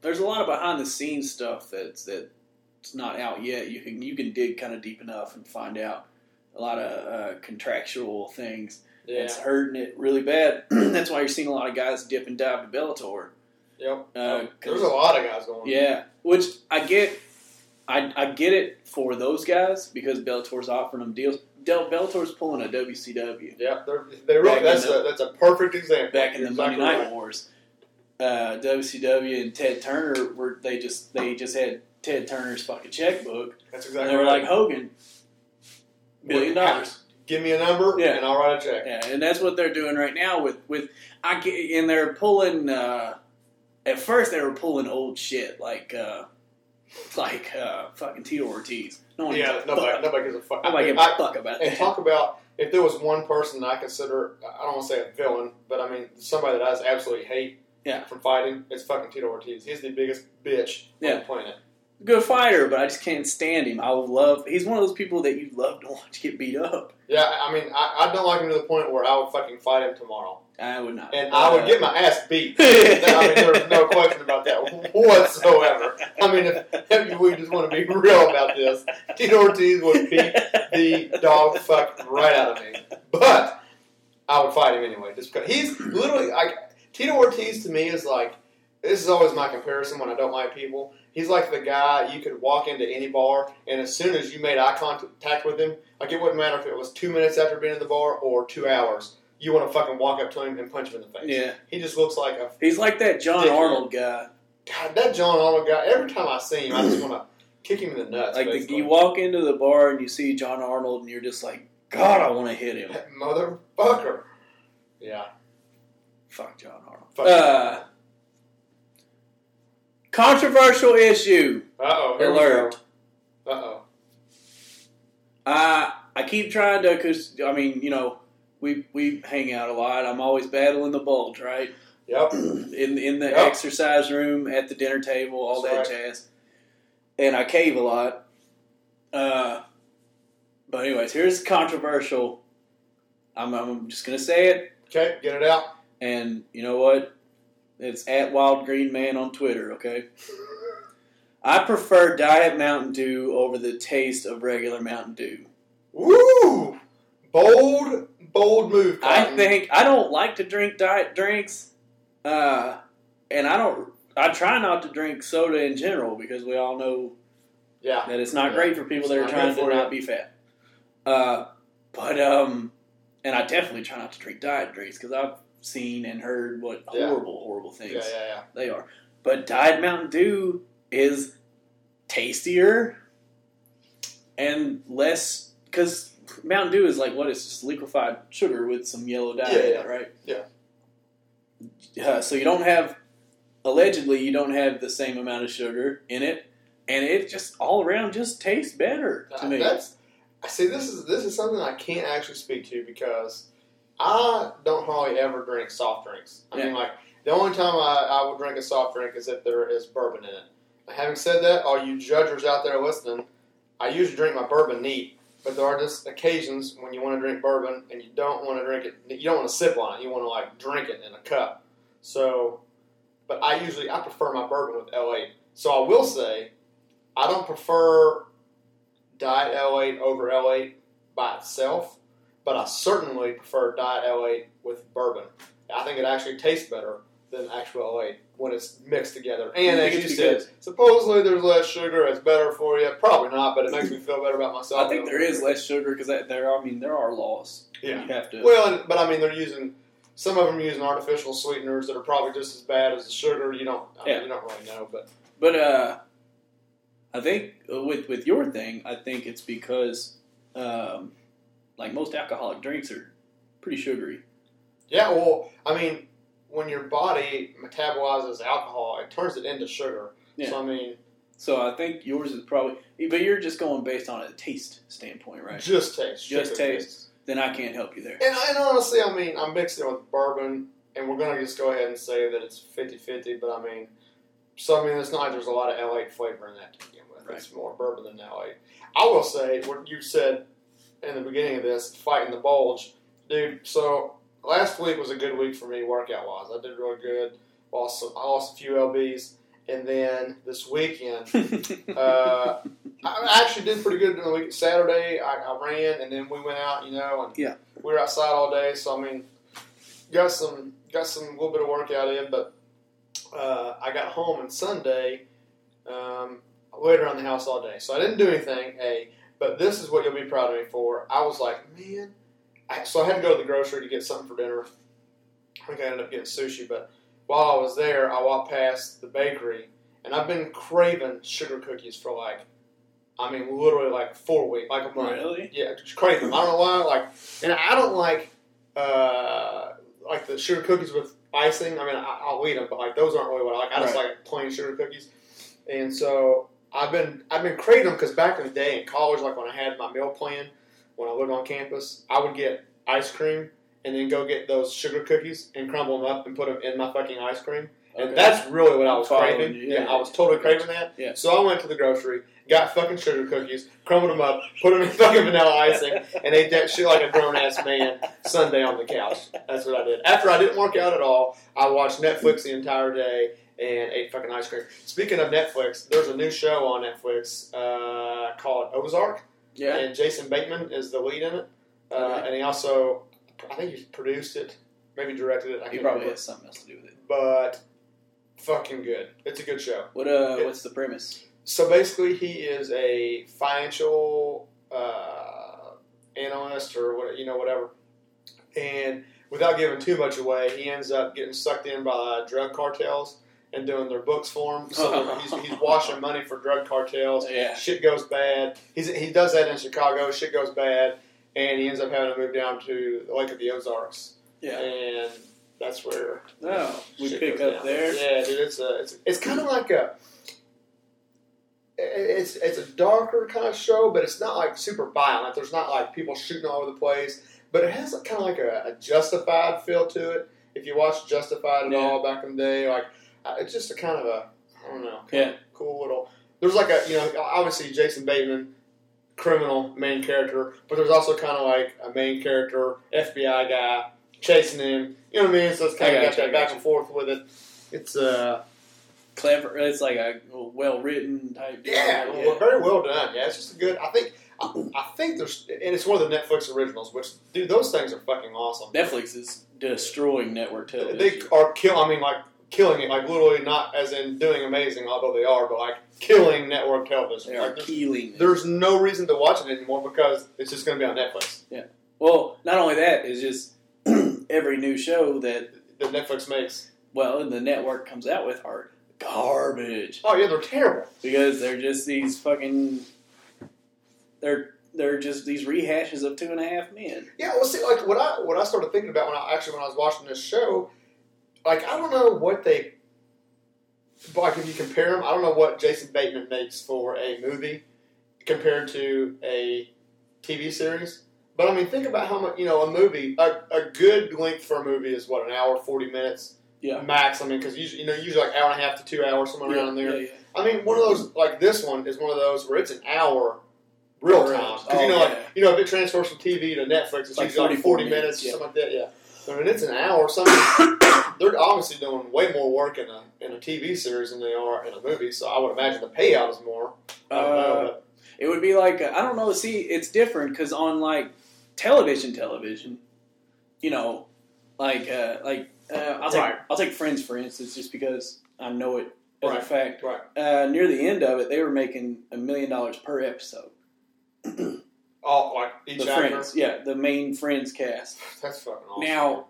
Speaker 2: there's a lot of behind the scenes stuff that's that's not out yet. You can you can dig kind of deep enough and find out a lot of uh, contractual things
Speaker 1: Yeah.
Speaker 2: that's hurting it really bad. that's why you're seeing a lot of guys dip and dive to Bellator.
Speaker 1: yep.
Speaker 2: Uh, 'cause-
Speaker 1: Oh, There's a lot of guys going.
Speaker 2: Yeah, which I get. I, I get it for those guys because Bellator's offering them deals. Del Bellator's pulling a WCW.
Speaker 1: Yep. They're, they really,
Speaker 2: Back in
Speaker 1: that's
Speaker 2: the-
Speaker 1: a that's a perfect example.
Speaker 2: back in the
Speaker 1: You're
Speaker 2: Monday
Speaker 1: exactly
Speaker 2: Night
Speaker 1: right.
Speaker 2: Wars. Uh, WCW and Ted Turner were they just they just had Ted Turner's fucking checkbook
Speaker 1: That's
Speaker 2: and
Speaker 1: exactly.
Speaker 2: they were
Speaker 1: right.
Speaker 2: like Hogan billion
Speaker 1: Well,
Speaker 2: dollars
Speaker 1: Give me a number,
Speaker 2: Yeah.
Speaker 1: and I'll write a check.
Speaker 2: yeah and that's what they're doing right now with with I get, and they're pulling uh, at first they were pulling old shit like uh, like uh, fucking Tito Ortiz. No one
Speaker 1: Yeah,
Speaker 2: gives a
Speaker 1: nobody,
Speaker 2: fuck.
Speaker 1: nobody gives a fuck.
Speaker 2: Nobody
Speaker 1: I mean,
Speaker 2: gives a
Speaker 1: I-
Speaker 2: fuck about
Speaker 1: and
Speaker 2: that.
Speaker 1: talk about if there was one person that I consider, I don't want to say a villain, but I mean somebody that I just absolutely hate
Speaker 2: Yeah.
Speaker 1: from fighting, it's fucking Tito Ortiz. He's the biggest bitch on
Speaker 2: Yeah.
Speaker 1: the planet.
Speaker 2: Good fighter, but I just can't stand him. I would love. He's one of those people that you love to watch get beat up.
Speaker 1: Yeah, I I mean, I, I don't like him to the point where I would fucking fight him tomorrow.
Speaker 2: I would not.
Speaker 1: And I would get my ass beat. I mean, there's no question about that whatsoever. I mean, if, if we just want to be real about this, Tito Ortiz would beat the dog fuck right out of me. But I would fight him anyway. Just because he's literally like Tito Ortiz to me is like this is always my comparison when I don't like people. He's like the guy you could walk into any bar, and as soon as you made eye contact with him, like it wouldn't matter if it was two minutes after being in the bar or two hours, you want to fucking walk up to him and punch him in the face.
Speaker 2: Yeah,
Speaker 1: He just looks like a
Speaker 2: he's like that John
Speaker 1: Dick.
Speaker 2: Arnold guy.
Speaker 1: God, that John Arnold guy. Every time I see him, I just want to kick him in the nuts.
Speaker 2: like the,
Speaker 1: basically.
Speaker 2: you walk into the bar and you see John Arnold and you're just like, God, I want to hit him.
Speaker 1: That motherfucker. Yeah.
Speaker 2: Fuck John Arnold.
Speaker 1: Fuck.
Speaker 2: Uh, controversial issue.
Speaker 1: Uh oh.
Speaker 2: Alert.
Speaker 1: Uh oh.
Speaker 2: I I keep trying to because I mean you know we we hang out a lot. I'm always battling the bulge, right?
Speaker 1: Yep.
Speaker 2: in in the
Speaker 1: Yep.
Speaker 2: exercise room, at the dinner table, all
Speaker 1: That's
Speaker 2: that jazz. And I cave a lot. Uh, but anyways, here's controversial. I'm I'm just gonna say it.
Speaker 1: Okay, get it out.
Speaker 2: And you know what? It's at Wild Green Man on Twitter, okay? I prefer Diet Mountain Dew over the taste of regular Mountain Dew.
Speaker 1: Woo! Bold, bold move.
Speaker 2: I
Speaker 1: Cotton.
Speaker 2: think I don't like to drink diet drinks, uh, and I don't. I try not to drink soda in general because we all know
Speaker 1: Yeah.
Speaker 2: that it's not
Speaker 1: Yeah.
Speaker 2: great for people that
Speaker 1: It's not
Speaker 2: are trying
Speaker 1: good
Speaker 2: to
Speaker 1: for you.
Speaker 2: not be fat. Uh, but um, and I definitely try not to drink diet drinks because I've seen and heard what
Speaker 1: Yeah.
Speaker 2: horrible, horrible
Speaker 1: Yeah,
Speaker 2: things
Speaker 1: yeah, yeah.
Speaker 2: They are. But Diet Mountain Dew is tastier and less because Mountain Dew is like what it's just liquefied sugar with some yellow dye, in it,
Speaker 1: Yeah, yeah.
Speaker 2: right? Uh, so you don't have allegedly you don't have the same amount of sugar in it, and it just all around just tastes better to
Speaker 1: Uh,
Speaker 2: me.
Speaker 1: That's. I see. This is this is something I can't actually speak to because I don't hardly ever drink soft drinks. I mean, like the only time I, I will drink a soft drink is if there is bourbon in it. Having said that, all you judgers out there listening, I usually drink my bourbon neat, but there are just occasions when you want to drink bourbon and you don't want to drink it. You don't want to sip on it. You want to like drink it in a cup. So, but I usually I prefer my bourbon with L eight. So I will say, I don't prefer Diet L eight over L eight by itself, but I certainly prefer Diet L eight with bourbon. I think it actually tastes better than actual L eight when it's mixed together. And
Speaker 2: You
Speaker 1: as
Speaker 2: think
Speaker 1: you
Speaker 2: it's
Speaker 1: said, supposedly there's less sugar. It's better for you. Probably not, but it makes me feel better about myself.
Speaker 2: I think there is less sugar because there. I mean, there are laws.
Speaker 1: Yeah.
Speaker 2: you have to.
Speaker 1: Well, and, but I mean, they're using some of them are using artificial sweeteners that are probably just as bad as the sugar. You don't, I mean,
Speaker 2: Yeah.
Speaker 1: you don't really know, but
Speaker 2: But uh, I think with with your thing, I think it's because um, like most alcoholic drinks are pretty sugary.
Speaker 1: yeah. Well, I mean, when your body metabolizes alcohol, it turns it into sugar.
Speaker 2: Yeah.
Speaker 1: So I mean,
Speaker 2: So I think yours is probably, but you're just going based on a taste standpoint, right?
Speaker 1: just taste,
Speaker 2: Just
Speaker 1: strictly
Speaker 2: taste. Then I can't help you there.
Speaker 1: And, and honestly, I mean, I'm mixing it with bourbon, and we're gonna just go ahead and say that it's 50-50, But I mean, so I mean, it's not like there's a lot of L8 flavor in that to begin with.
Speaker 2: Right.
Speaker 1: It's more bourbon than L8. I will say what you said in the beginning of this, fighting the bulge, dude. So last week was a good week for me workout wise. I did really good. Lost some, I lost a few lbs, and then this weekend uh, I actually did pretty good during the week. Saturday, I, I ran, and then we went out, you know, and
Speaker 2: Yeah.
Speaker 1: we were outside all day. So I mean, got some got some little bit of workout in, but uh, I got home on Sunday, um, I laid around the house all day. So I didn't do anything. A, but this is what you'll be proud of me for. I was like, man, I, so I had to go to the grocery to get something for dinner. I think I ended up getting sushi, but while I was there, I walked past the bakery and I've been craving sugar cookies for like, I mean, literally like four weeks, like a month.
Speaker 2: really?
Speaker 1: Yeah, just craving. them. I don't know why. Like, and I don't like uh, like the sugar cookies with icing. I mean, I, I'll eat them, but like those aren't really what I like. I just like plain sugar cookies. And so I've been I've been creating them because back in the day in college, like when I had my meal plan, when I lived on campus, I would get ice cream and then go get those sugar cookies and crumble them up and put them in my fucking ice cream. And
Speaker 2: Okay.
Speaker 1: that's really what I
Speaker 2: I'm
Speaker 1: was
Speaker 2: following
Speaker 1: craving.
Speaker 2: you.
Speaker 1: Yeah,
Speaker 2: Yeah,
Speaker 1: I was totally
Speaker 2: yeah.
Speaker 1: craving that.
Speaker 2: Yeah.
Speaker 1: So I went to the grocery, got fucking sugar cookies, crumbled them up, put them in fucking vanilla icing, and ate that shit like a grown ass man Sunday on the couch. That's what I did. After I didn't work out at all, I watched Netflix the entire day and ate fucking ice cream. Speaking of Netflix, there's a new show on Netflix uh, called Ozark,
Speaker 2: Yeah.
Speaker 1: and Jason Bateman is the lead in it, uh,
Speaker 2: Okay.
Speaker 1: and he also, I think he's produced it, maybe directed it. I
Speaker 2: He
Speaker 1: can't
Speaker 2: probably
Speaker 1: remember.
Speaker 2: has something else to do with it.
Speaker 1: but fucking good. It's a good show.
Speaker 2: What uh?
Speaker 1: Yeah.
Speaker 2: What's the premise?
Speaker 1: So basically, he is a financial uh, analyst or what you know, whatever. And without giving too much away, he ends up getting sucked in by drug cartels and doing their books for him. So he's, he's washing money for drug cartels.
Speaker 2: Yeah.
Speaker 1: Shit goes bad. He's, he does that in Chicago. Shit goes bad, and he ends up having to move down to the Lake of the Ozarks.
Speaker 2: Yeah.
Speaker 1: And that's where
Speaker 2: Oh, we
Speaker 1: Shit
Speaker 2: pick
Speaker 1: goes
Speaker 2: up
Speaker 1: down.
Speaker 2: there.
Speaker 1: Yeah, dude, it's a, it's it's kind of like a it's it's a darker kind of show, but it's not like super violent. There's not like people shooting all over the place, but it has kind of like a, a Justified feel to it. If you watch Justified at
Speaker 2: Yeah.
Speaker 1: all back in the day, like uh, it's just a kind of a I don't know,
Speaker 2: Yeah.
Speaker 1: cool little. There's like a you know obviously Jason Bateman. Criminal main character, but there's also kind of like a main character FBI guy chasing him. You know what I mean? So it's kind
Speaker 2: I
Speaker 1: of got
Speaker 2: gotcha,
Speaker 1: that
Speaker 2: I
Speaker 1: back
Speaker 2: gotcha.
Speaker 1: and forth with it. It's uh
Speaker 2: Clever. It's like a well written type. deal.
Speaker 1: yeah, well, very well done. Yeah, it's just a good. I think I, I think there's and it's one of the Netflix originals, which dude, those things are fucking awesome.
Speaker 2: Netflix is destroying network
Speaker 1: They-
Speaker 2: television.
Speaker 1: They are kill. I mean, like killing it. Like literally, not as in doing amazing, although they are, but like killing network television.
Speaker 2: They are
Speaker 1: Like, there's,
Speaker 2: keeling. it.
Speaker 1: there's no reason to watch it anymore because it's just going to be on Netflix.
Speaker 2: Well, not only that, it's just every new show that
Speaker 1: That Netflix makes.
Speaker 2: well the network comes out with are garbage
Speaker 1: Oh yeah, they're terrible.
Speaker 2: because they're just these fucking they're they're just these rehashes of Two and a Half Men.
Speaker 1: Yeah, well, see, like what I what I started thinking about when I actually when I was watching this show, like I don't know what they, like if you compare them, I don't know what Jason Bateman makes for a movie compared to a TV series. But I mean, think about how much you know a movie. A, a good length for a movie is what an hour, forty minutes
Speaker 2: Yeah.
Speaker 1: max. I mean, because usually you know usually like hour and a half to two hours, somewhere around there.
Speaker 2: Yeah,
Speaker 1: I mean, one of those like this one is one of those where it's an hour real
Speaker 2: Real.
Speaker 1: time. 'Cause,
Speaker 2: Oh,
Speaker 1: you know, like
Speaker 2: yeah.
Speaker 1: you know, if it transfers from TV to Netflix, it's
Speaker 2: Like
Speaker 1: usually like
Speaker 2: 44
Speaker 1: forty minutes,
Speaker 2: minutes,
Speaker 1: or something like that. Yeah, So, I mean, it's an hour. Something they're obviously doing way more work in a in a TV series than they are in a movie. So I would imagine the payout is more. I
Speaker 2: yeah.
Speaker 1: don't know,
Speaker 2: Uh,
Speaker 1: but
Speaker 2: it would be like I don't know. See, it's different because on like television, television, you know, like uh, like uh, I'll take
Speaker 1: Right.
Speaker 2: I'll take Friends for instance, just because I know it as a
Speaker 1: Right.
Speaker 2: fact.
Speaker 1: right.
Speaker 2: uh, near the end of it, they were making a million dollars per episode.
Speaker 1: Oh, like each
Speaker 2: the
Speaker 1: actor.
Speaker 2: Friends, yeah, the main Friends cast.
Speaker 1: That's fucking awesome.
Speaker 2: Now,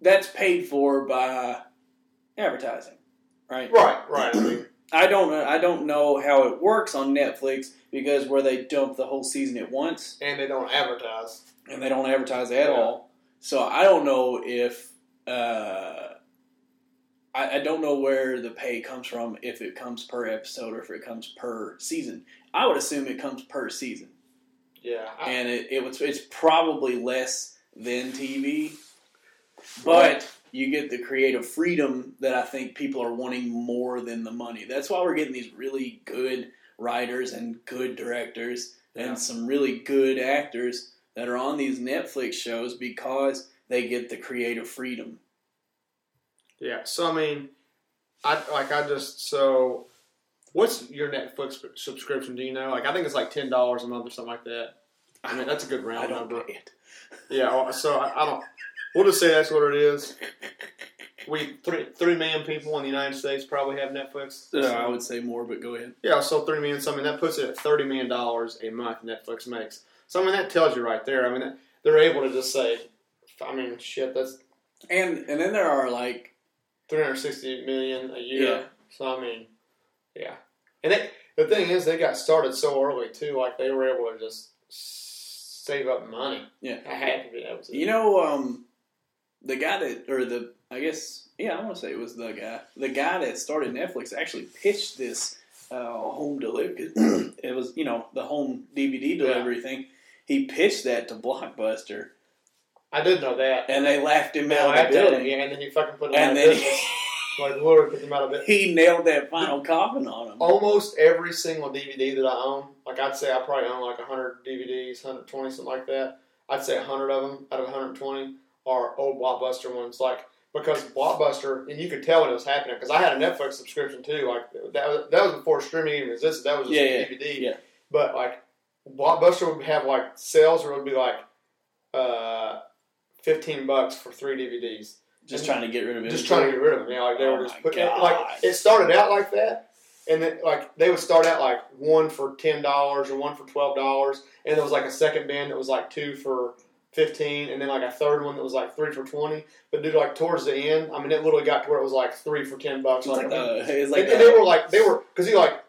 Speaker 2: that's paid for by advertising, right?
Speaker 1: right, right. I mean,
Speaker 2: I don't, uh, I don't know how it works on Netflix because where they dump the whole season at once
Speaker 1: and they don't advertise.
Speaker 2: and they don't advertise at
Speaker 1: Yeah.
Speaker 2: all. So I don't know if. Uh, I, I don't know where the pay comes from, if it comes per episode or if it comes per season. I would assume it comes per season.
Speaker 1: Yeah, I,
Speaker 2: and it, it was it's probably less than TV, but you get the creative freedom that I think people are wanting more than the money. That's why we're getting these really good writers and good directors
Speaker 1: Yeah.
Speaker 2: and some really good actors that are on these Netflix shows because they get the creative freedom.
Speaker 1: yeah. So I mean, I like I just so. What's your Netflix subscription? Do you know? Like, I think it's like ten dollars a month or something like that. I mean, that's a good
Speaker 2: I
Speaker 1: round
Speaker 2: don't
Speaker 1: number.
Speaker 2: pay it.
Speaker 1: Yeah. well, So I, I don't. We'll just say that's what it is. We three three million people in the United States probably have Netflix.
Speaker 2: So
Speaker 1: So-
Speaker 2: I would say more, but go ahead.
Speaker 1: yeah, so three million. So I mean, that puts it at thirty million dollars a month Netflix makes. So I mean, that tells you right there. I mean, that, they're able to just say, I mean, shit, that's
Speaker 2: And and then there are like
Speaker 1: three hundred sixty million a year.
Speaker 2: Yeah.
Speaker 1: So I mean, yeah. And they, the thing is, they got started so early too. Like they were able to just s- save up money.
Speaker 2: Yeah.
Speaker 1: I had to be able to.
Speaker 2: You know, um, the guy that, or the, I guess, yeah, I want to say it was the guy. The guy that started Netflix actually pitched this uh, home delivery. it was you know the home DVD delivery thing. He pitched that to Blockbuster,
Speaker 1: I did know that.
Speaker 2: and they laughed him
Speaker 1: Now,
Speaker 2: out of
Speaker 1: I
Speaker 2: the
Speaker 1: did,
Speaker 2: building.
Speaker 1: yeah, and then you fucking put them
Speaker 2: And
Speaker 1: out of
Speaker 2: then
Speaker 1: business. like literally put them out of business.
Speaker 2: he nailed that final coffin on him.
Speaker 1: Almost every single DVD that I own, like I'd say I probably own like 100 DVDs, 120, something like that. I'd say 100 of them out of 120 are old Blockbuster ones. Like, because Blockbuster, and you could tell when it was happening, because I had a Netflix subscription too. Like, that was, that was before streaming even existed. That was just
Speaker 2: Yeah, yeah,
Speaker 1: DVD.
Speaker 2: yeah.
Speaker 1: But, like, Blockbuster would have like sales where it would be like uh, 15 bucks for three DVDs
Speaker 2: Just trying to get rid of it.
Speaker 1: just trying to get rid of them. You know, like they
Speaker 2: Oh
Speaker 1: were just
Speaker 2: my
Speaker 1: putting it,
Speaker 2: God.
Speaker 1: like it started out like that, and then like they would start out like one for ten dollars or one for twelve dollars, and there was like a second bin that was like two for fifteen, and then like a third one that was like three for twenty. But dude, like towards the end, I mean, it literally got to where it was like three for ten bucks.
Speaker 2: It's
Speaker 1: Like,
Speaker 2: like, the, it's like
Speaker 1: and, and they
Speaker 2: the-
Speaker 1: were like they were because he like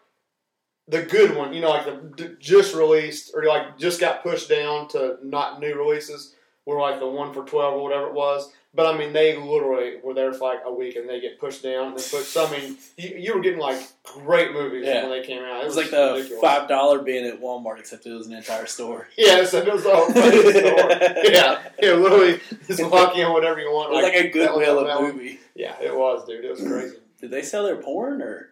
Speaker 1: the good one, you know, like the d- just released or like just got pushed down to not new releases were like the one for twelve or whatever it was. But I mean, they literally were there for like a week and they get pushed down and they put. So I mean, you, you were getting like great movies
Speaker 2: Yeah.
Speaker 1: when they came out. It,
Speaker 2: it was
Speaker 1: was,
Speaker 2: like the
Speaker 1: ridiculous.
Speaker 2: five dollar bin at Walmart, except it was an entire store.
Speaker 1: Yeah, so it was the whole fucking store. Yeah, yeah, literally just walk in whatever you
Speaker 2: It
Speaker 1: want.
Speaker 2: was like a
Speaker 1: that one,
Speaker 2: Goodwill
Speaker 1: that
Speaker 2: of
Speaker 1: one.
Speaker 2: movie.
Speaker 1: Yeah, it was, dude. It was crazy.
Speaker 2: Did they sell their porn or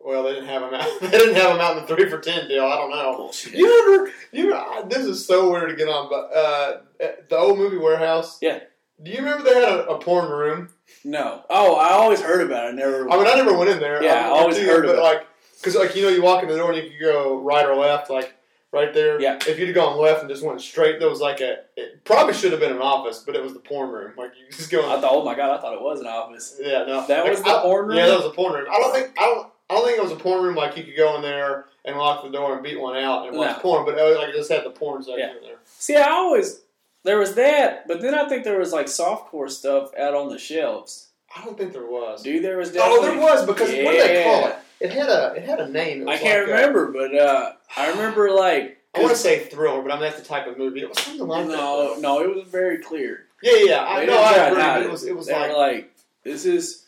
Speaker 1: Well, they didn't have them out. They didn't have them out in the three for ten deal. I don't know.
Speaker 2: bullshit?
Speaker 1: You remember? You remember, I- this is so weird to get on, but uh, at the old movie warehouse.
Speaker 2: Yeah.
Speaker 1: Do you remember they had a, a porn room?
Speaker 2: No. Oh, I always heard about it. I never.
Speaker 1: I mean, I never went in there.
Speaker 2: Yeah, I
Speaker 1: went there
Speaker 2: always
Speaker 1: too,
Speaker 2: heard of
Speaker 1: but
Speaker 2: it.
Speaker 1: like, because like you know, you walk in the door and you could go right or left, like right there.
Speaker 2: Yeah.
Speaker 1: If you'd have gone left and just went straight, there was like a. It probably should have been an office, but it was the porn room. Like you just go.
Speaker 2: I thought, oh my god, I thought it was an office.
Speaker 1: Yeah, no.
Speaker 2: That
Speaker 1: Like,
Speaker 2: was the
Speaker 1: I-
Speaker 2: porn room?
Speaker 1: Yeah, that was the porn room. I don't think I don't I don't think it was a porn room like you could go in there and lock the door and beat one out and watch
Speaker 2: No.
Speaker 1: porn, but it was like it just had the porn section
Speaker 2: Yeah.
Speaker 1: in there.
Speaker 2: See, I always there was that, but then I think there was like softcore stuff out on the shelves.
Speaker 1: I don't think there was.
Speaker 2: Dude, there was
Speaker 1: oh,
Speaker 2: definitely.
Speaker 1: there was because what did they call it?
Speaker 2: Yeah.
Speaker 1: It had a it had a name. It
Speaker 2: I
Speaker 1: was like
Speaker 2: can't
Speaker 1: a-
Speaker 2: remember, but uh, I remember like
Speaker 1: I want to say thriller, but I mean that's the type of movie. It was something like
Speaker 2: no,
Speaker 1: that.
Speaker 2: no, it was very clear.
Speaker 1: Yeah, yeah, yeah. I
Speaker 2: They
Speaker 1: know.
Speaker 2: didn't
Speaker 1: I
Speaker 2: try
Speaker 1: agree.
Speaker 2: not
Speaker 1: but
Speaker 2: to.
Speaker 1: It was it was
Speaker 2: They
Speaker 1: like
Speaker 2: were like, this is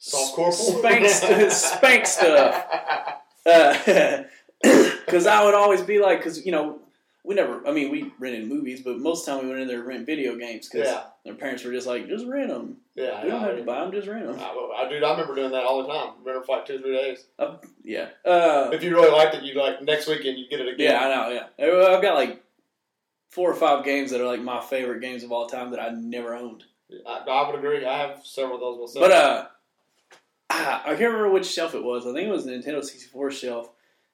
Speaker 1: soft corporal
Speaker 2: spank stu- spank stuff. because Uh, I would always be like, because you know, we never. I mean, we rented movies, but most of the time we went in there to rent video games because
Speaker 1: yeah,
Speaker 2: their parents were just like, just rent them.
Speaker 1: yeah.
Speaker 2: We don't
Speaker 1: I,
Speaker 2: have to buy them, just rent them.
Speaker 1: I, I, dude, I remember doing that all the time. Rented for like two or three days.
Speaker 2: Yeah. Uh,
Speaker 1: If you really liked it, you like next weekend you get it again.
Speaker 2: yeah, I know. Yeah, I've got like four or five games that are like my favorite games of all time that I never owned.
Speaker 1: I, I would agree. I have several of those myself.
Speaker 2: But uh, ah, I I can't remember which shelf it was. I think it was the Nintendo 64 shelf,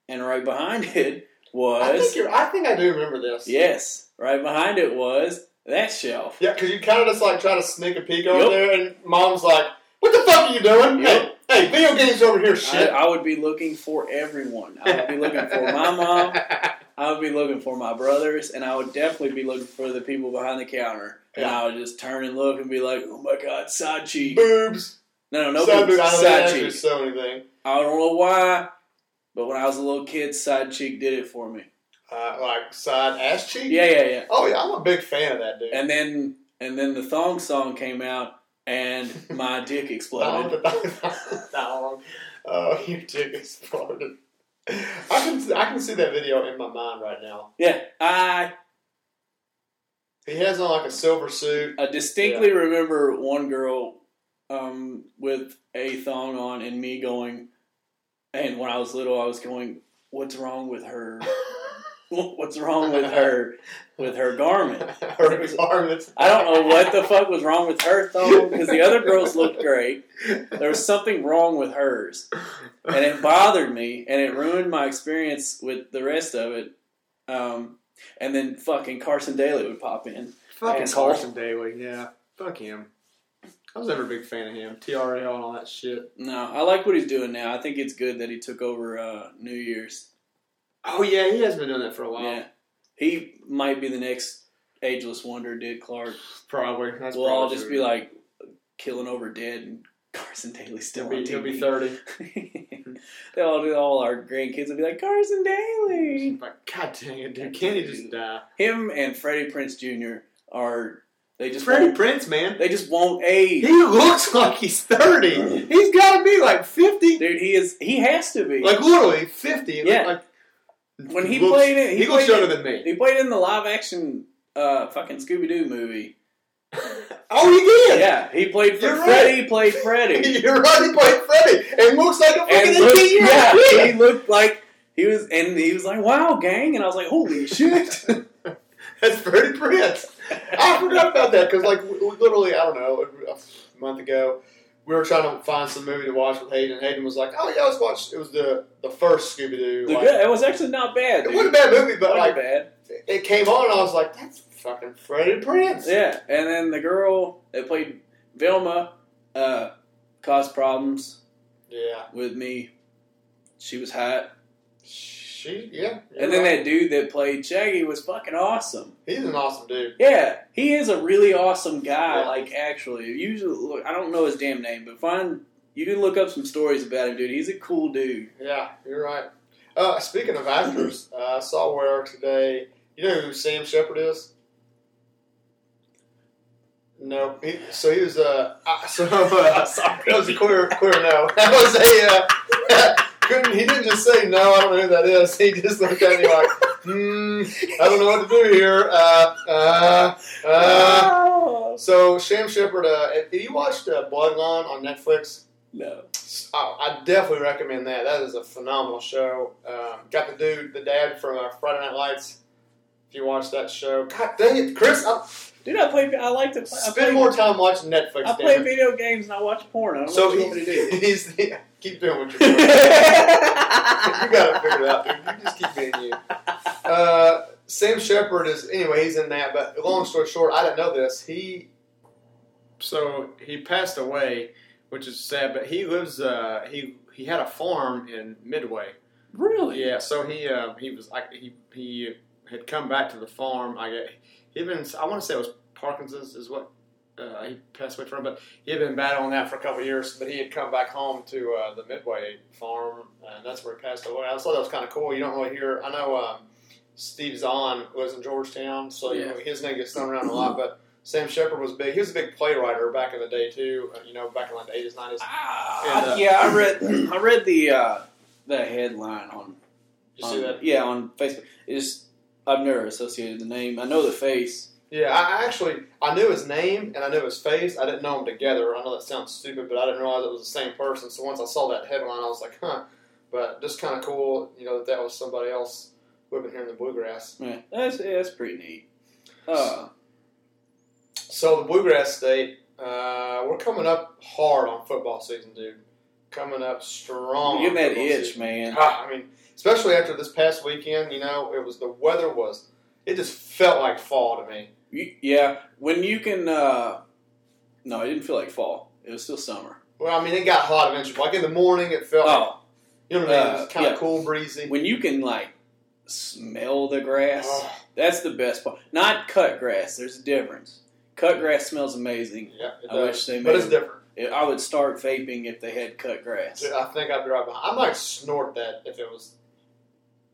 Speaker 2: and right behind it
Speaker 1: I think
Speaker 2: was
Speaker 1: you're, I think I do remember this.
Speaker 2: yes, right behind it was that shelf.
Speaker 1: yeah, because you kind of just like try to sneak a peek over
Speaker 2: Yup.
Speaker 1: there, and mom's like, "What the fuck are you doing?
Speaker 2: Yup.
Speaker 1: Hey, hey, video games over here,
Speaker 2: I,
Speaker 1: shit."
Speaker 2: I would be looking for everyone. I would be looking for my mom. I would be looking for my brothers, and I would definitely be looking for the people behind the counter. And
Speaker 1: Yeah.
Speaker 2: I would just turn and look and be like, "Oh my god, side cheek!"
Speaker 1: Boobs.
Speaker 2: No, no, no,
Speaker 1: Side
Speaker 2: boobs,
Speaker 1: boob. I don't
Speaker 2: side
Speaker 1: think
Speaker 2: cheek.
Speaker 1: there's so anything.
Speaker 2: I don't know why, but when I was a little kid, side cheek did it for me.
Speaker 1: Uh, like side ass cheek.
Speaker 2: Yeah, yeah, yeah.
Speaker 1: Oh yeah, I'm a big fan of that dude.
Speaker 2: And then, and then the thong song came out, and my dick
Speaker 1: Donald
Speaker 2: exploded.
Speaker 1: the Donald. Oh, your dick exploded. I can I can see that video in my mind right now.
Speaker 2: Yeah, I
Speaker 1: He has on like a silver suit.
Speaker 2: I distinctly remember one girl um, with a thong on and me going, and when I was little, I was going, "What's wrong with her? What's wrong with her? With her garment?
Speaker 1: Her garments.
Speaker 2: I don't know what the fuck was wrong with her thong because the other girls looked great. There was something wrong with hers, and it bothered me, and it ruined my experience with the rest of it. Um, and then fucking Carson Daly would pop in.
Speaker 1: Fucking
Speaker 2: Asshole.
Speaker 1: Carson Daly, yeah. Fuck him. I was never a big fan of him. TRL and all that shit.
Speaker 2: No, I like what he's doing now. I think it's good that he took over uh, New Year's.
Speaker 1: Oh yeah, he has been doing that for a while.
Speaker 2: Yeah, he might be the next ageless wonder. Did Clark?
Speaker 1: Probably. That's
Speaker 2: we'll
Speaker 1: probably
Speaker 2: all just
Speaker 1: true.
Speaker 2: be like killing over dead, and Carson Daly's still
Speaker 1: he'll be,
Speaker 2: on
Speaker 1: he'll
Speaker 2: TV.
Speaker 1: be thirty.
Speaker 2: They'll all do all our grandkids will be like Carson Daly.
Speaker 1: Like, God dang it, dude! Can't he just die?
Speaker 2: Him and Freddie Prince Jr. are They just
Speaker 1: Freddie
Speaker 2: won't,
Speaker 1: Prince, man.
Speaker 2: they just won't age.
Speaker 1: He looks like he's 30. He's got to be like 50.
Speaker 2: Dude, he is he has to be.
Speaker 1: Like literally 50. It
Speaker 2: Yeah.
Speaker 1: looked Like,
Speaker 2: when he
Speaker 1: looks-
Speaker 2: played it, he,
Speaker 1: he, looks
Speaker 2: played
Speaker 1: younger
Speaker 2: it-
Speaker 1: than me.
Speaker 2: He played in the live action uh, fucking Scooby Doo movie.
Speaker 1: Oh, he did.
Speaker 2: Yeah, he played for
Speaker 1: You're right.
Speaker 2: Freddy. He Played Freddy,
Speaker 1: You're right. He played Freddie. And looks like a fucking
Speaker 2: and looked,
Speaker 1: 18 year
Speaker 2: yeah,
Speaker 1: old
Speaker 2: he looked like he was, and he was like, "Wow, gang!" And I was like, "Holy shit!"
Speaker 1: That's Freddie Prince. I forgot about that because, like, we, we literally, I don't know, a month ago, we were trying to find some movie to watch with Hayden. and Hayden was like, "Oh yeah, let's watch." It was the the first Scooby Doo.
Speaker 2: The
Speaker 1: Like,
Speaker 2: good- it was actually not bad.
Speaker 1: it
Speaker 2: Dude.
Speaker 1: wasn't a bad movie, but
Speaker 2: Wasn't
Speaker 1: like
Speaker 2: bad.
Speaker 1: it came on, and I was like, "That's fucking Freddie Prince."
Speaker 2: Yeah, and then the girl that played Vilma uh, caused problems
Speaker 1: Yeah.
Speaker 2: with me. She was hot,
Speaker 1: She, yeah.
Speaker 2: and then that dude that played Shaggy was fucking awesome.
Speaker 1: he's an awesome dude.
Speaker 2: Yeah, he is a really awesome guy.
Speaker 1: Yeah.
Speaker 2: Like, actually, usually look, I don't know his damn name, but find you can look up some stories about him, dude. He's a cool dude.
Speaker 1: Yeah, you're right. Uh, speaking of actors, uh, I saw where today. You know who Sam Shepard is? No, he, so he was uh, I- so uh,
Speaker 2: Sorry.
Speaker 1: that was a queer queer no. That was a uh, couldn't. He didn't just say no. I don't know who that is. He just looked at me like, hmm, I don't know what to do here. Uh, uh, uh.
Speaker 2: Oh.
Speaker 1: So Sam Shepard, uh, if you watched uh, Bloodline on Netflix,
Speaker 2: no.
Speaker 1: Oh, I, I definitely recommend that. That is a phenomenal show. Um, got the dude, the dad from uh, Friday Night Lights. If you watch that show, God dang it, Chris, I
Speaker 2: Dude, I play. I like to play. I play,
Speaker 1: spend more time watching Netflix.
Speaker 2: I
Speaker 1: damn
Speaker 2: play
Speaker 1: it.
Speaker 2: video games and I watch porn. I don't
Speaker 1: So
Speaker 2: know what you want me to do.
Speaker 1: he, he's the, keep doing what you're doing. you
Speaker 2: you
Speaker 1: got it figured out, dude. You just keep being you. Uh, Sam Shepard is anyway. He's in that. But long story short, I didn't know this. He so he passed away, which is sad. But he lives. Uh, he he had a farm in Midway.
Speaker 2: Really?
Speaker 1: Yeah, so he um, he was like he he had come back to the farm. I get he had been I want to say it was Parkinson's is what uh, he passed away from, but he had been battling that for a couple of years. But he had come back home to uh, the Midway farm, and that's where he passed away. I thought that was kind of cool. You don't really hear. I know um, Steve Zahn lives in Georgetown, so you
Speaker 2: Yeah.
Speaker 1: know, his name gets thrown around a lot, but. Sam Shepard was big. He was a big playwright back in the day too. uh, You know, back in like the eighties, nineties.
Speaker 2: Ah,
Speaker 1: And, uh,
Speaker 2: yeah, I read. I read the uh, the headline on
Speaker 1: You see
Speaker 2: on-
Speaker 1: that?
Speaker 2: Yeah, on Facebook. It's I've never associated the name. I know the face.
Speaker 1: Yeah, I I actually I knew his name and I knew his face. I didn't know them together. I know that sounds stupid, but I didn't realize it was the same person. So once I saw that headline, I was like, huh. But just kind of cool, you know, that that was somebody else who had been here in the bluegrass.
Speaker 2: Yeah, that's yeah, that's pretty neat. Uh,
Speaker 1: So the bluegrass state, uh, we're coming up hard on football season, dude. Coming up strong.
Speaker 2: give
Speaker 1: on
Speaker 2: me that
Speaker 1: football
Speaker 2: itch,
Speaker 1: season.
Speaker 2: man.
Speaker 1: Oh, Ah, I mean, especially after this past weekend, you know, it was the weather was it just felt like fall to me.
Speaker 2: You- yeah, when you can. Uh, no, it didn't feel like fall. It was still summer.
Speaker 1: Well, I mean, it got hot eventually. Like in the morning, it felt like
Speaker 2: Oh,
Speaker 1: You know what I mean?
Speaker 2: Uh,
Speaker 1: It's kind of
Speaker 2: yeah.
Speaker 1: cool, breezy.
Speaker 2: when you can like smell the grass.
Speaker 1: Oh,
Speaker 2: That's the best part. Not cut grass. There's a difference. Cut grass smells amazing.
Speaker 1: yeah, it
Speaker 2: I
Speaker 1: does.
Speaker 2: wish they
Speaker 1: but it's
Speaker 2: made-
Speaker 1: different.
Speaker 2: It- I would start vaping if they had cut grass.
Speaker 1: Dude, I think I'd be right behind. I might snort that if it was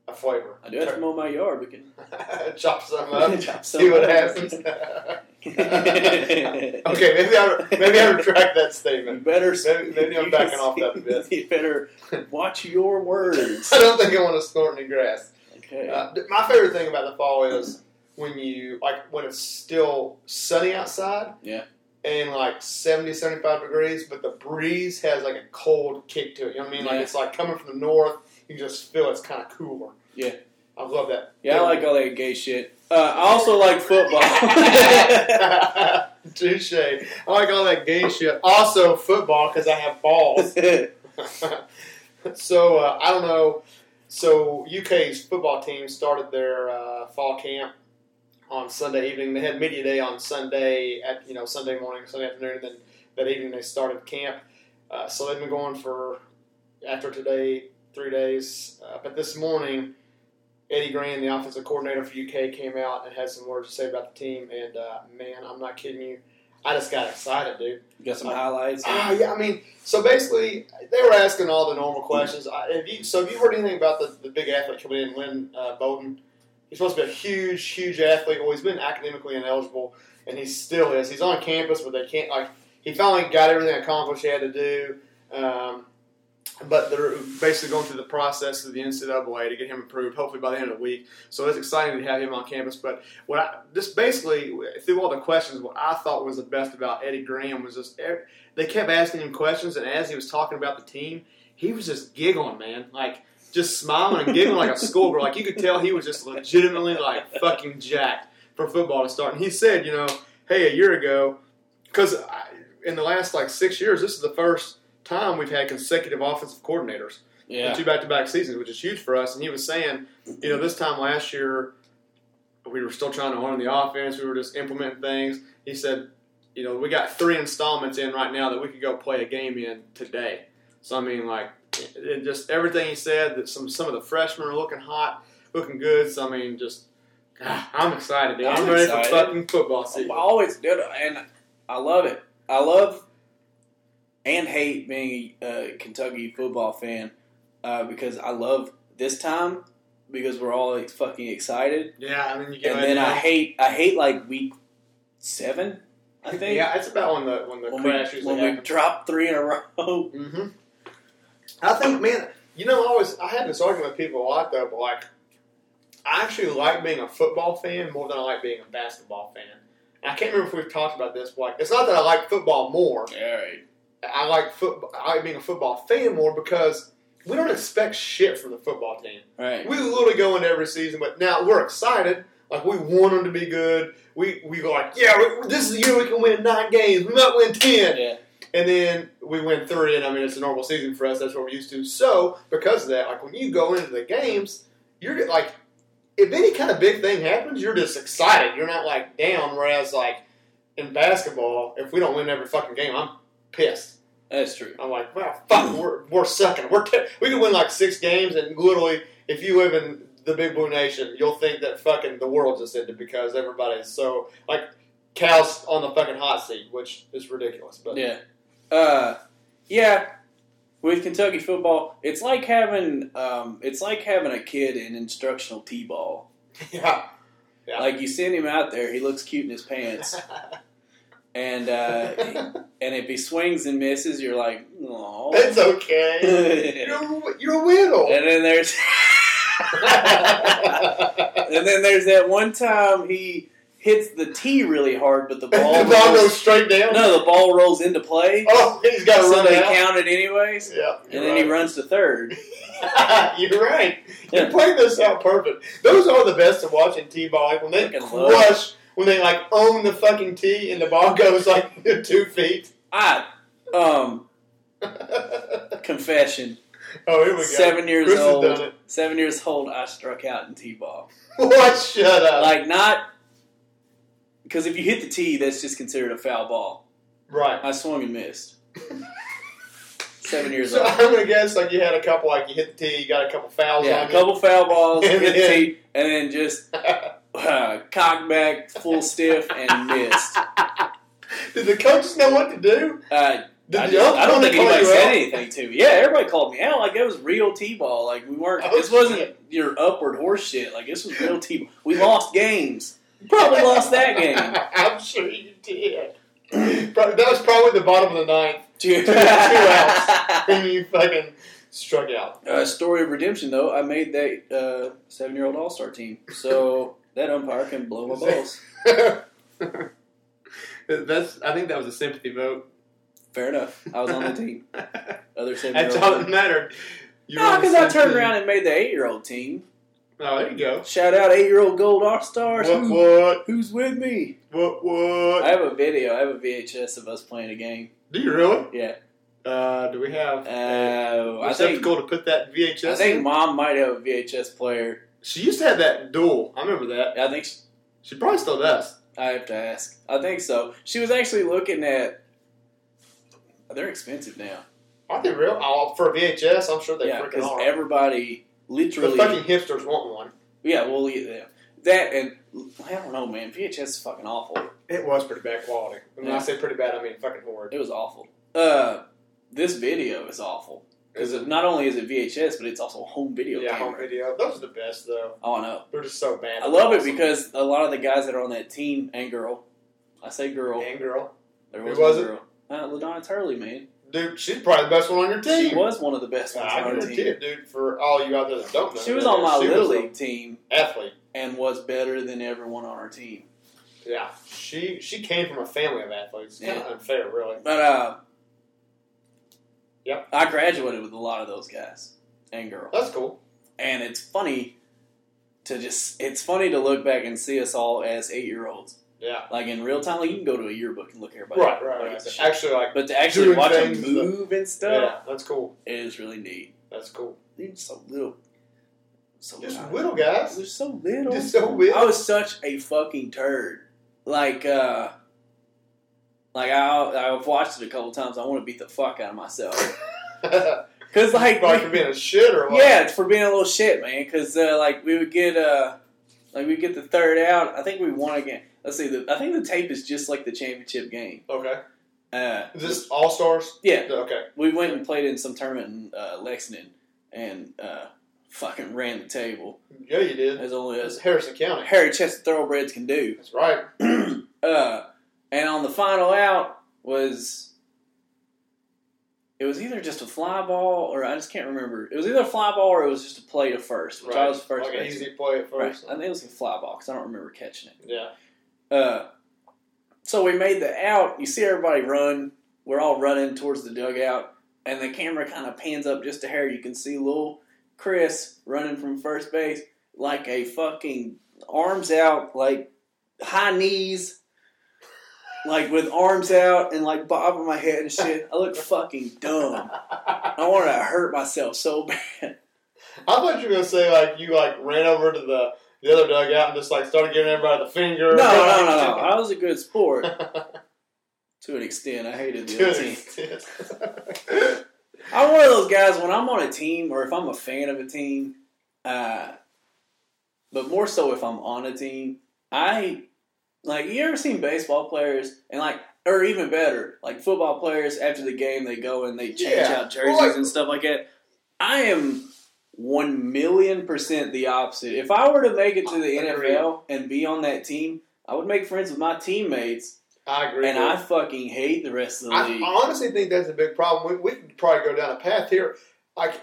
Speaker 1: a flavor.
Speaker 2: I do have to mow my yard. We can
Speaker 1: Chop some up.
Speaker 2: chop
Speaker 1: Uh-huh.
Speaker 2: some
Speaker 1: see what
Speaker 2: up.
Speaker 1: happens. okay, maybe I maybe I retract that
Speaker 2: You
Speaker 1: statement.
Speaker 2: better.
Speaker 1: Maybe- maybe I'm backing off that a bit.
Speaker 2: You better watch your words.
Speaker 1: I don't think I want to snort any grass.
Speaker 2: Okay.
Speaker 1: Uh, th- my favorite thing about the fall is when you like when it's still sunny outside.
Speaker 2: Yeah.
Speaker 1: And like 70, 75 degrees, but the breeze has like a cold kick to it. You know what I mean? Like
Speaker 2: Yeah.
Speaker 1: it's like coming from the north. You just feel it's kind of cooler.
Speaker 2: Yeah.
Speaker 1: I love that.
Speaker 2: yeah, I like all that gay shit. Uh, I also like football.
Speaker 1: Touche. I like all that gay shit. Also football because I have balls. so uh, I don't know. So UK's football team started their uh, fall camp on Sunday evening. They had media day on Sunday at you know Sunday morning, Sunday afternoon. Then that evening they started camp. Uh, so they've been going for after today three days. Uh, but this morning, Eddie Grant, the offensive coordinator for UK, came out and had some words to say about the team. And uh, man, I'm not kidding you. I just got excited, dude.
Speaker 2: Got some highlights.
Speaker 1: Ah, yeah. I mean, so basically, they were asking all the normal questions. I, have you, so, have you heard anything about the, the big athlete coming in, Lynn uh, Bowden? He's supposed to be a huge, huge athlete. Well, he's been academically ineligible, and he still is. He's on campus, but they can't like. He finally got everything accomplished he had to do, um, but they're basically going through the process of the NCAA to get him approved. Hopefully by the end of the week. So it's exciting to have him on campus. But what I just basically through all the questions, what I thought was the best about Eddie Graham was just ev- they kept asking him questions, and as he was talking about the team, he was just giggling, man, like just smiling and giggling like a schoolgirl. Like you could tell he was just legitimately like fucking jacked for football to start. And he said, you know, hey, a year ago, because in the last like six years, this is the first time we've had consecutive offensive coordinators in
Speaker 2: Yeah.
Speaker 1: two back-to-back seasons, which is huge for us. And he was saying, you know, this time last year, we were still trying to learn the offense. We were just implementing things. He said, you know, we got three installments in right now that we could go play a game in today. So I mean, like, it, it just everything he said that some some of the freshmen are looking hot, looking good. So I mean, just ah, I'm excited. Dude. I'm,
Speaker 2: I'm
Speaker 1: ready
Speaker 2: excited. Oh,
Speaker 1: for fucking football season.
Speaker 2: I always did, and I love it. I love and hate being a Kentucky football fan uh, because I love this time because we're all like, fucking excited,
Speaker 1: Yeah, and then you get
Speaker 2: and then I hate I hate like week seven. I think
Speaker 1: yeah, it's about when the when the
Speaker 2: when
Speaker 1: crash
Speaker 2: we
Speaker 1: usually
Speaker 2: when we
Speaker 1: happens.
Speaker 2: drop three in a row.
Speaker 1: hmm I think, man, you know, I always I have this argument with people a lot though, but like, I actually like being a football fan more than I like being a basketball fan. And I can't remember if we've talked about this. But like, it's not that I like football more.
Speaker 2: All right,
Speaker 1: I like football. I like being a football fan more because we don't expect shit from the football team.
Speaker 2: right.
Speaker 1: We literally go into every season, but now we're excited. Like we want them to be good. We we go like, yeah, we, this is the year we can win nine games. We might win ten.
Speaker 2: Yeah.
Speaker 1: And then we win three, and I mean it's a normal season for us. That's what we're used to. So because of that, like when you go into the games, you're like, if any kind of big thing happens, you're just excited. You're not like down. Whereas like in basketball, if we don't win every fucking game, I'm pissed.
Speaker 2: That's true.
Speaker 1: I'm like, well, fuck, we're, we're sucking. We're te- we could win like six games, and literally, if you live in the Big Blue Nation, you'll think that fucking the world just ended because everybody's so like Cal's on the fucking hot seat, which is ridiculous. But
Speaker 2: Yeah. Uh, yeah. With Kentucky football, it's like having um, it's like having a kid in instructional t-ball.
Speaker 1: yeah, Yeah.
Speaker 2: Like you send him out there, he looks cute in his pants, and uh, and if he swings and misses, you're like, oh.
Speaker 1: it's okay. You're
Speaker 2: and
Speaker 1: you're a widow.
Speaker 2: then there's and then there's that one time he hits the tee really hard, but the ball
Speaker 1: the ball goes
Speaker 2: rolls,
Speaker 1: straight down.
Speaker 2: no, the ball rolls into play.
Speaker 1: Oh, he's got to
Speaker 2: so
Speaker 1: run
Speaker 2: they
Speaker 1: down.
Speaker 2: count it anyways,
Speaker 1: Yeah,
Speaker 2: and then he runs to third.
Speaker 1: You're right. You
Speaker 2: Yeah.
Speaker 1: played this out perfect. Those are the best of watching T-ball. Like when they
Speaker 2: Fucking love
Speaker 1: crush, when they like own the fucking tee and the ball goes like two feet.
Speaker 2: I um
Speaker 1: oh,
Speaker 2: confession.
Speaker 1: here we go.
Speaker 2: Seven years
Speaker 1: Chris
Speaker 2: old.
Speaker 1: has done it.
Speaker 2: Seven years old, I struck out in t-ball.
Speaker 1: What? Shut up.
Speaker 2: like not because if you hit the tee, that's just considered a foul ball.
Speaker 1: right.
Speaker 2: I swung and missed. Seven years
Speaker 1: So
Speaker 2: old.
Speaker 1: I'm gonna guess like you had a couple like you hit the tee, you got a couple fouls
Speaker 2: Yeah,
Speaker 1: on
Speaker 2: a couple foul balls,
Speaker 1: And
Speaker 2: hit the
Speaker 1: then-
Speaker 2: tee, and then just uh, cock back, full stiff, and missed.
Speaker 1: you. Did the coaches know what to do?
Speaker 2: Uh,
Speaker 1: Did
Speaker 2: I,
Speaker 1: the
Speaker 2: just- I don't
Speaker 1: umpire
Speaker 2: think
Speaker 1: call
Speaker 2: anybody
Speaker 1: you
Speaker 2: said
Speaker 1: out?
Speaker 2: anything to me. Yeah, everybody called me out like it was real t-ball. Like we weren't.
Speaker 1: Oh,
Speaker 2: this wasn't
Speaker 1: shit.
Speaker 2: your upward horse shit. Like this was real t-ball. We lost games. Probably lost that game.
Speaker 1: I'm sure you did. Probably, that was probably the bottom of the ninth
Speaker 2: Two,
Speaker 1: Two outs. when you fucking struck out.
Speaker 2: Uh, story of redemption, though, I made that uh, seven-year-old all-star team, so that umpire can blow my balls.
Speaker 1: That's. I think that was a sympathy vote.
Speaker 2: Fair enough. I was on the team. Other
Speaker 1: That's all that
Speaker 2: seven-year-old.
Speaker 1: mattered. You were
Speaker 2: No,
Speaker 1: on the
Speaker 2: because I
Speaker 1: same
Speaker 2: turned
Speaker 1: team.
Speaker 2: around and made the eight-year-old team.
Speaker 1: Oh, there you go.
Speaker 2: Shout out eight-year-old gold all-stars.
Speaker 1: What?
Speaker 2: Who-
Speaker 1: What?
Speaker 2: Who's with me?
Speaker 1: What? What?
Speaker 2: I have a video. I have a VHS of us playing a game.
Speaker 1: do you really?
Speaker 2: Yeah.
Speaker 1: Uh, do we have a
Speaker 2: Uh, I think
Speaker 1: receptacle to put that VHS?
Speaker 2: I think
Speaker 1: in?
Speaker 2: mom might have a VHS player.
Speaker 1: she used to have that duel. I remember that.
Speaker 2: I think
Speaker 1: She probably still does.
Speaker 2: I have to ask. I think so. She was actually looking at. They're expensive now.
Speaker 1: Are they real? Oh, for VHS, I'm sure they
Speaker 2: yeah,
Speaker 1: freaking
Speaker 2: because
Speaker 1: are.
Speaker 2: everybody
Speaker 1: the
Speaker 2: literally.
Speaker 1: fucking hipsters want one.
Speaker 2: yeah, well, yeah, that and I don't know, man. VHS is fucking awful.
Speaker 1: It was pretty bad quality. When
Speaker 2: Yeah.
Speaker 1: I say pretty bad, I mean fucking horrid.
Speaker 2: It was awful. Uh, this video is awful.
Speaker 1: Is it?
Speaker 2: Not only is it VHS, but it's also a home video.
Speaker 1: Yeah, home
Speaker 2: camera.
Speaker 1: video. Those are the best though.
Speaker 2: Oh no,
Speaker 1: They're just so bad.
Speaker 2: I love it because a lot of the guys that are on that team and girl, I say girl,
Speaker 1: and girl,
Speaker 2: there
Speaker 1: Who
Speaker 2: was,
Speaker 1: was
Speaker 2: one
Speaker 1: it?
Speaker 2: girl. Uh, Ladonna Turley, man,
Speaker 1: dude, she's probably the best one on your team.
Speaker 2: she was one of the best ones
Speaker 1: I
Speaker 2: on our team.
Speaker 1: guarantee it, dude. For all you out there that don't know,
Speaker 2: She was on my
Speaker 1: she was
Speaker 2: little league team
Speaker 1: an athlete.
Speaker 2: and was better than everyone on our team.
Speaker 1: Yeah, she she came from a family of athletes. It's kind
Speaker 2: Yeah.
Speaker 1: of unfair, really.
Speaker 2: But uh,
Speaker 1: Yep.
Speaker 2: I graduated with a lot of those guys and girls.
Speaker 1: That's cool.
Speaker 2: and it's funny to just it's funny to look back and see us all as eight year olds
Speaker 1: Yeah.
Speaker 2: like in real time like you can go to a yearbook and look at everybody
Speaker 1: Right, right,
Speaker 2: Like,
Speaker 1: right.
Speaker 2: it's shit.
Speaker 1: Actually, like,
Speaker 2: but to actually
Speaker 1: Doing
Speaker 2: watch them
Speaker 1: things that-
Speaker 2: move and stuff
Speaker 1: yeah, that's cool.
Speaker 2: is really neat
Speaker 1: That's cool.
Speaker 2: they're so little so
Speaker 1: Just
Speaker 2: little.
Speaker 1: little guys.
Speaker 2: they're so little
Speaker 1: Just so little.
Speaker 2: I was such a fucking turd like uh like I, I've watched it a couple times. I want to beat the fuck out of myself because, like,
Speaker 1: like for being a shit or what?
Speaker 2: Yeah, it's for being a little shit, man. Because uh, like we would get uh, like we get the third out. I think we won again. Let's see. The, I think the tape is just like the championship game.
Speaker 1: Okay.
Speaker 2: Uh,
Speaker 1: Is this All Stars?
Speaker 2: yeah,
Speaker 1: Okay.
Speaker 2: we went and played in some tournament in uh, Lexington and uh, fucking ran the table.
Speaker 1: Yeah, you did.
Speaker 2: As only
Speaker 1: It's
Speaker 2: as
Speaker 1: Harrison County.
Speaker 2: Harry Chester thoroughbreds can do.
Speaker 1: That's right.
Speaker 2: uh, and on the final out was it was either just a fly ball or I just can't remember. It was either a fly ball or it was just a play to first, which
Speaker 1: Right.
Speaker 2: I was first.
Speaker 1: like an
Speaker 2: baseman.
Speaker 1: easy play at
Speaker 2: Right.
Speaker 1: first.
Speaker 2: I think it was a fly ball because I don't remember catching it.
Speaker 1: Yeah.
Speaker 2: Uh, so we made the out. You see everybody run. We're all running towards the dugout, and the camera kind of pans up just to hair. You can see little Chris running from first base like a fucking arms out, like high knees, like with arms out and like bobbing my head and shit. I look fucking dumb.
Speaker 1: I
Speaker 2: I wanted to hurt myself so bad.
Speaker 1: thought you were gonna say like you like ran over to the the other dugout and just like started giving everybody the finger.
Speaker 2: No, no, no, no. I was a good sport. To an extent, I hated the other team.
Speaker 1: Dude.
Speaker 2: I'm one of those guys when I'm on a team or if I'm a fan of a team, uh, but more so if I'm on a team, I like you ever seen baseball players and like or even better, like football players after the game they go and they change
Speaker 1: Yeah.
Speaker 2: out jerseys
Speaker 1: Well, like-
Speaker 2: and stuff like that. I am one million percent the opposite. If I were to make it to the
Speaker 1: Agreed.
Speaker 2: NFL and be on that team, I would make friends with my teammates,
Speaker 1: I agree.
Speaker 2: and
Speaker 1: with
Speaker 2: I fucking hate the rest of the
Speaker 1: I
Speaker 2: league.
Speaker 1: honestly think that's a big problem. We, we could probably go down a path here. Like,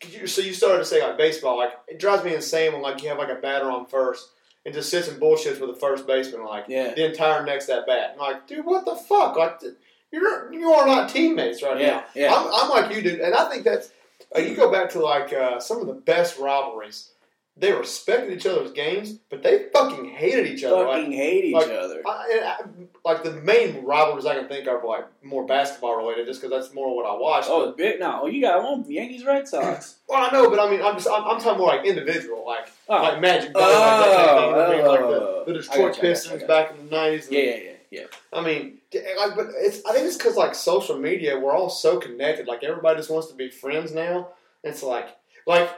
Speaker 1: could you, so you started to say like baseball. Like, it drives me insane when like you have like a batter on first and just sits and bullshits with the first baseman like
Speaker 2: yeah,
Speaker 1: the entire next at bat. I'm like, dude, what the fuck? Like, th- you're you are not teammates right
Speaker 2: yeah,
Speaker 1: now.
Speaker 2: yeah.
Speaker 1: I'm, I'm like you, dude, and I think that's uh, you go back to like uh, some of the best rivalries. They respected each other's games, but they fucking hated each other. Like,
Speaker 2: fucking hate each
Speaker 1: like,
Speaker 2: other.
Speaker 1: I, and I, like the main rivalries I can think of, are like more basketball related, just because that's more what I watch.
Speaker 2: Oh, it's big no, you got one Yankees Red Sox.
Speaker 1: Well, I know, but I mean, I'm just I'm, I'm talking more like individual, like
Speaker 2: Oh,
Speaker 1: like Magic, Bird, like, that kind of thing. I mean, like
Speaker 2: oh.
Speaker 1: the, the
Speaker 2: I
Speaker 1: Detroit
Speaker 2: gotcha, I
Speaker 1: Pistons
Speaker 2: gotcha,
Speaker 1: back in the '90s.
Speaker 2: yeah, yeah, yeah, yeah.
Speaker 1: I mean, d- eh, like, but it's I think it's because like social media, we're all so connected. Like everybody just wants to be friends now. It's like like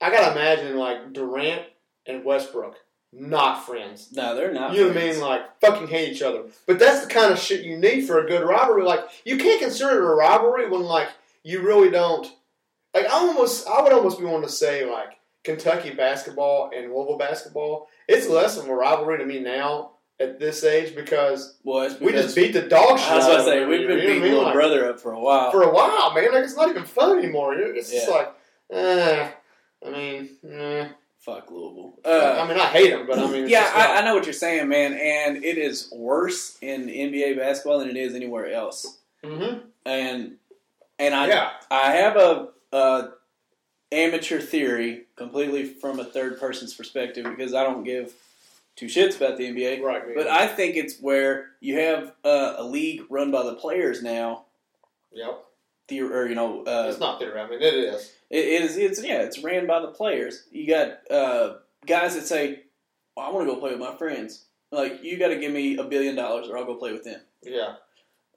Speaker 1: I gotta imagine like Durant and Westbrook not friends.
Speaker 2: No, they're not.
Speaker 1: You know what I
Speaker 2: friends.
Speaker 1: mean? Like fucking hate each other. But that's the kind of shit you need for a good rivalry. Like you can't consider it a rivalry when like you really don't. Like I almost, I would almost be wanting to say like Kentucky basketball and Louisville basketball. It's less of a rivalry to me now at this age because
Speaker 2: Well, it's because,
Speaker 1: we just beat the dog shit.
Speaker 2: I was
Speaker 1: out
Speaker 2: about to
Speaker 1: of
Speaker 2: say
Speaker 1: them,
Speaker 2: we've
Speaker 1: you
Speaker 2: been
Speaker 1: know what I
Speaker 2: beating
Speaker 1: mean?
Speaker 2: little
Speaker 1: Like,
Speaker 2: brother up for a while.
Speaker 1: for a while, man. Like it's not even fun anymore. It's just
Speaker 2: Yeah.
Speaker 1: like, eh. I mean, eh.
Speaker 2: Fuck Louisville.
Speaker 1: I
Speaker 2: Uh,
Speaker 1: mean, I hate them, but I mean, it's
Speaker 2: yeah,
Speaker 1: just
Speaker 2: I, I
Speaker 1: not-
Speaker 2: know what you're saying, man, and it is worse in NBA basketball than it is anywhere else.
Speaker 1: Mhm.
Speaker 2: And and I
Speaker 1: yeah,
Speaker 2: I have a, a amateur theory completely from a third person's perspective because I don't give two shits about the NBA.
Speaker 1: right. man.
Speaker 2: But I think it's where you have uh, a league run by the players now.
Speaker 1: yep.
Speaker 2: The, or you know, uh,
Speaker 1: it's not theater. I mean, it is.
Speaker 2: it, it is it's yeah, it's ran by the players. You got uh, guys that say, "I want to go play with my friends." Like you got to give me a billion dollars, or I'll go play with them.
Speaker 1: Yeah.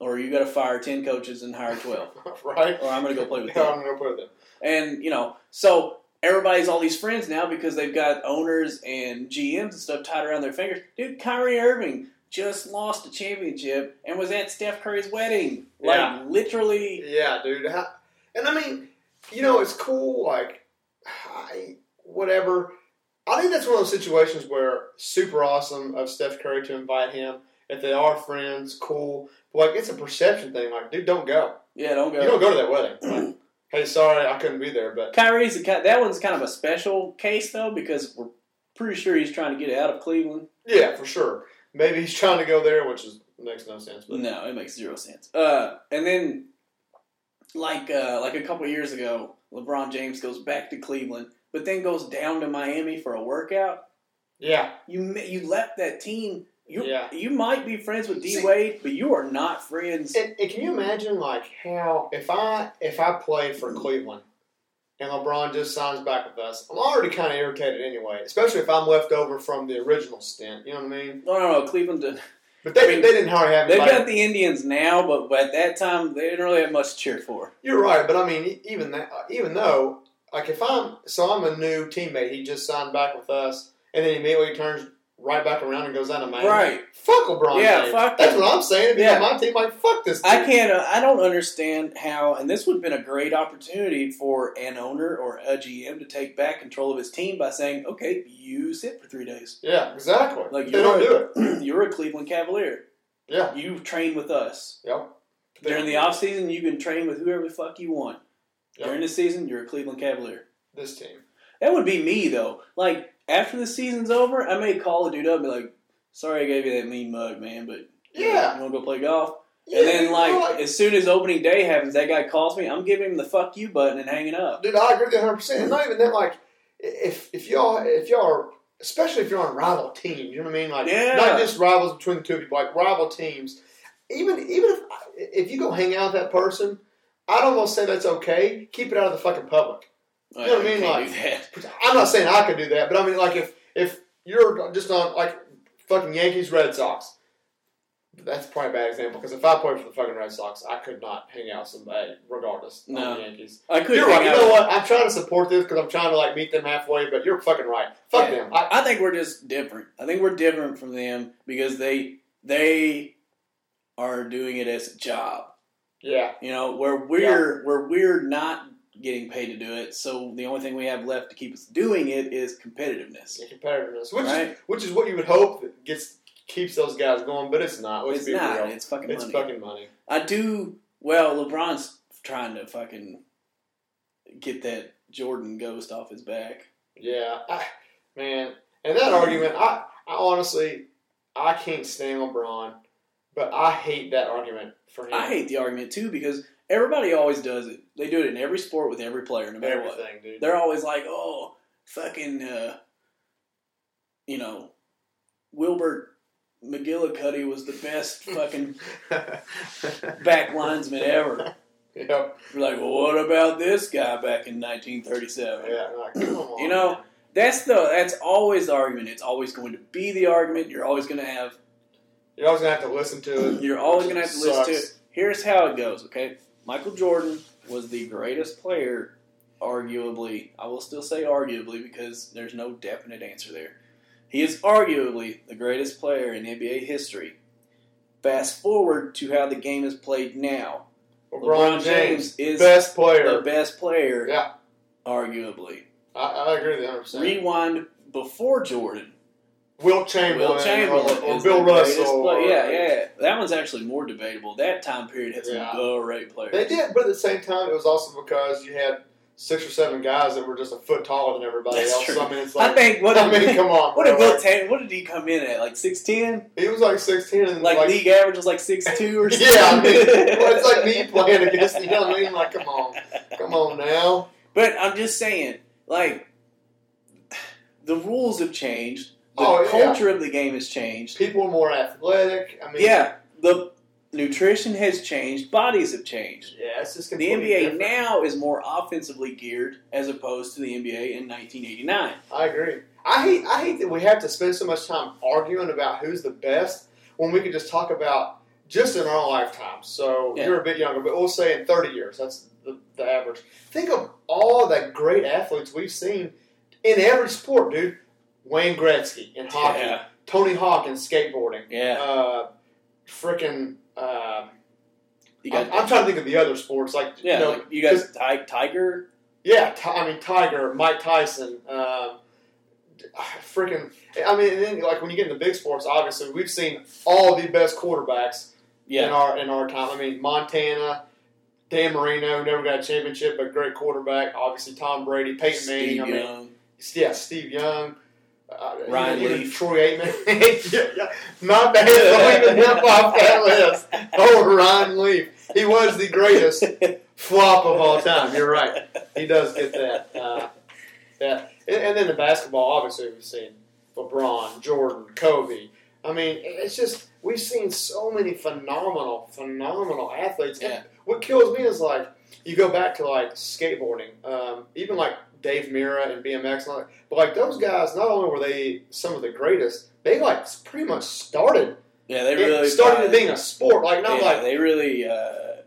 Speaker 2: Or you got to fire ten coaches and hire twelve,
Speaker 1: right?
Speaker 2: or I'm going to go play with
Speaker 1: Yeah,
Speaker 2: them.
Speaker 1: I'm going to put it
Speaker 2: And you know, so everybody's all these friends now because they've got owners and GMs and stuff tied around their fingers. Dude, Kyrie Irving just lost a championship and was at Steph Curry's wedding. Like
Speaker 1: Yeah.
Speaker 2: literally
Speaker 1: there. Yeah, dude. How, And I mean, you know, it's cool. Like, I, whatever. I think that's one of those situations where super awesome of Steph Curry to invite him. If they are friends, cool. But like, it's a perception thing. Like, dude, don't go.
Speaker 2: Yeah, don't go.
Speaker 1: You don't go to that wedding. Like, hey, sorry, I couldn't be there, but
Speaker 2: Kyrie's a, ki- that one's kind of a special case though because we're pretty sure he's trying to get out of Cleveland.
Speaker 1: yeah, for sure. Maybe he's trying to go there, which is makes no sense. But
Speaker 2: No, it makes zero sense. Uh, and then like uh, like a couple years ago, LeBron James goes back to Cleveland, but then goes down to Miami for a workout.
Speaker 1: yeah,
Speaker 2: You ma- you left that team. You
Speaker 1: Yeah.
Speaker 2: you might be friends with D
Speaker 1: See-
Speaker 2: Wade, but you are not friends.
Speaker 1: And, and can you imagine like how if I if I play for Cleveland and LeBron just signs back with us, I'm already kind of irritated anyway, especially if I'm left over from the original stint. You know what I mean?
Speaker 2: No, no, no. Cleveland. did-
Speaker 1: But they,
Speaker 2: I mean,
Speaker 1: they didn't hardly have
Speaker 2: They've
Speaker 1: anybody.
Speaker 2: got the Indians now, but at that time they didn't really have much to cheer for.
Speaker 1: You're right, but I mean e- even that even though like if I'm so I'm a new teammate, he just signed back with us, and then immediately turns right back around and goes out of Miami.
Speaker 2: Right.
Speaker 1: Fuck LeBron.
Speaker 2: Yeah,
Speaker 1: James.
Speaker 2: fuck
Speaker 1: That's
Speaker 2: him.
Speaker 1: what I'm saying. If
Speaker 2: Yeah.
Speaker 1: you're on my team, like fuck this. Dude.
Speaker 2: I can't. Uh, I don't understand how. And this would have been a great opportunity for an owner or a GM to take back control of his team by saying, "Okay, you sit for three days.
Speaker 1: Yeah, exactly.
Speaker 2: Like,
Speaker 1: they
Speaker 2: you're
Speaker 1: don't
Speaker 2: right.
Speaker 1: do it.
Speaker 2: You're a Cleveland Cavalier.
Speaker 1: Yeah.
Speaker 2: You train with us
Speaker 1: Yep. They
Speaker 2: during
Speaker 1: don't do
Speaker 2: the
Speaker 1: it.
Speaker 2: off season. You can train with whoever the fuck you want.
Speaker 1: Yep.
Speaker 2: During the season, you're a Cleveland Cavalier.
Speaker 1: This team.
Speaker 2: That would be me though. Like after the season's over, I may call a dude up and be like, "Sorry, I gave you that mean mug, man, but
Speaker 1: Yeah.
Speaker 2: you want to go play golf."
Speaker 1: Yeah,
Speaker 2: and then,
Speaker 1: you
Speaker 2: like,
Speaker 1: know,
Speaker 2: as soon as opening day happens, that guy calls me. I'm giving him the fuck you button and hanging up.
Speaker 1: dude, I agree with you 100. percent Not even that. Like, if if y'all if y'all are, especially if you're on rival teams, you know what I mean. Like,
Speaker 2: Yeah.
Speaker 1: not just rivals between the two of you, but like rival teams. Even even if if you go hang out with that person, I'd almost say that's okay. Keep it out of the fucking public. You know what I mean?
Speaker 2: can't
Speaker 1: Like-
Speaker 2: do that.
Speaker 1: I'm not saying I could do that, but I mean, like, if if you're just on like fucking Yankees Red Sox. That's probably a bad example because if I played for the fucking Red Sox, I could not hang out with somebody regardless. on
Speaker 2: No.
Speaker 1: the Yankees.
Speaker 2: I could.
Speaker 1: You're
Speaker 2: hang
Speaker 1: right. You
Speaker 2: out
Speaker 1: know
Speaker 2: with-
Speaker 1: what? I'm trying to support this because I'm trying to like meet them halfway. But you're fucking right. Fuck
Speaker 2: Yeah.
Speaker 1: them. I,
Speaker 2: I think we're just different. I think we're different from them because they they are doing it as a job.
Speaker 1: yeah.
Speaker 2: You know, where we're where we're not getting paid to do it. So the only thing we have left to keep us doing it is competitiveness.
Speaker 1: yeah, competitiveness, which
Speaker 2: Right.
Speaker 1: is which is what you would hope that gets keeps those guys going, but it's not. Let's
Speaker 2: it's
Speaker 1: be
Speaker 2: not.
Speaker 1: real.
Speaker 2: It's fucking
Speaker 1: It's
Speaker 2: money.
Speaker 1: fucking money.
Speaker 2: I do. Well, LeBron's trying to fucking get that Jordan ghost off his back.
Speaker 1: Yeah. I, man. And that argument, I, I honestly, I can't stand LeBron, but I hate that argument for him.
Speaker 2: I hate the argument too because everybody always does it. They do it in every sport with every player, no matter what.
Speaker 1: everything, dude.
Speaker 2: They're always like, "Oh, fucking, uh, you know, Wilbert McGillicuddy was the best fucking back linesman ever."
Speaker 1: yep.
Speaker 2: You're like, "Well, what about this guy back in 1937?"
Speaker 1: Yeah. Like, come on,
Speaker 2: You know,
Speaker 1: man.
Speaker 2: That's the that's always the argument. It's always going to be the argument. You're always going to have
Speaker 1: you're always gonna have to listen to it.
Speaker 2: You're always
Speaker 1: which
Speaker 2: going to have to listen to
Speaker 1: sucks.
Speaker 2: it. Here's how it goes, okay? Michael Jordan was the greatest player, arguably. I will still say arguably because there's no definite answer there. He is arguably the greatest player in NBA history. Fast forward to how the game is played now.
Speaker 1: LeBron, James,
Speaker 2: is
Speaker 1: best
Speaker 2: the
Speaker 1: player.
Speaker 2: best player,
Speaker 1: Yeah.
Speaker 2: arguably.
Speaker 1: I, I agree with you 100. percent
Speaker 2: Rewind before Jordan.
Speaker 1: Will Chamberlain,
Speaker 2: Will Chamberlain
Speaker 1: or, or
Speaker 2: is
Speaker 1: Bill
Speaker 2: the greatest
Speaker 1: Russell.
Speaker 2: player.
Speaker 1: or-
Speaker 2: yeah, yeah, yeah. That one's actually more debatable. That time period had some
Speaker 1: Yeah.
Speaker 2: great players.
Speaker 1: They did, but at the same time, it was also because you had six or seven guys that were just a foot taller than everybody
Speaker 2: That's
Speaker 1: else.
Speaker 2: true.
Speaker 1: So, I mean, it's
Speaker 2: I
Speaker 1: like,
Speaker 2: think what
Speaker 1: I mean, come on.
Speaker 2: what did
Speaker 1: bro.
Speaker 2: Will Tan- what did he come in at? Like six ten?
Speaker 1: he was like 16 and
Speaker 2: Like,
Speaker 1: like,
Speaker 2: league average was like six two or something.
Speaker 1: yeah, I mean, well, it's like me playing against you know what I mean? Like, come on, come on now.
Speaker 2: But I'm just saying, like the rules have changed. The
Speaker 1: Oh, yeah.
Speaker 2: culture of the game has changed.
Speaker 1: People are more athletic. I mean,
Speaker 2: Yeah. The nutrition has changed, bodies have changed.
Speaker 1: yeah, it's just
Speaker 2: The
Speaker 1: completely
Speaker 2: NBA
Speaker 1: different.
Speaker 2: now is more offensively geared as opposed to the NBA in 1989.
Speaker 1: I agree. I hate I hate that we have to spend so much time arguing about who's the best when we could just talk about just in our lifetime. So
Speaker 2: Yeah.
Speaker 1: you're a bit younger, but we'll say in 30 years, that's the, the average. Think of all the great athletes we've seen in every sport, dude. Wayne Gretzky in hockey,
Speaker 2: Yeah.
Speaker 1: Tony Hawk in skateboarding,
Speaker 2: Yeah.
Speaker 1: uh, freaking uh,
Speaker 2: You
Speaker 1: I'm,
Speaker 2: got
Speaker 1: I'm trying to think of the other sports like
Speaker 2: yeah,
Speaker 1: you know,
Speaker 2: like, you got ti- Tiger.
Speaker 1: yeah. Ti- I mean Tiger, Mike Tyson, um, freaking. I mean, and then like when you get into big sports, obviously we've seen all the best quarterbacks in
Speaker 2: Yeah,
Speaker 1: our in our time. I mean Montana. Dan Marino never got a championship, but great quarterback. Obviously, Tom Brady, Peyton Manning.
Speaker 2: Steve
Speaker 1: I mean,
Speaker 2: Young.
Speaker 1: yeah, Steve Young, uh,
Speaker 2: Ryan
Speaker 1: even, even
Speaker 2: Leaf.
Speaker 1: Troy Aikman. yeah, yeah. Not bad. Don't even him off that list. Oh, Ryan Leaf. He was the greatest flop of all time. You're right. He does get that. Uh, that. And, and then the basketball, obviously, we've seen LeBron, Jordan, Kobe. I mean, it's just we've seen so many phenomenal, phenomenal athletes. And
Speaker 2: Yeah.
Speaker 1: What kills me is like you go back to like skateboarding, um, even like Dave Mira and BMX, and all that. but like those guys, not only were they some of the greatest, they like pretty much started
Speaker 2: Yeah, they
Speaker 1: it
Speaker 2: really
Speaker 1: started
Speaker 2: probably-
Speaker 1: it being a sport. Like not
Speaker 2: yeah,
Speaker 1: like
Speaker 2: they really uh,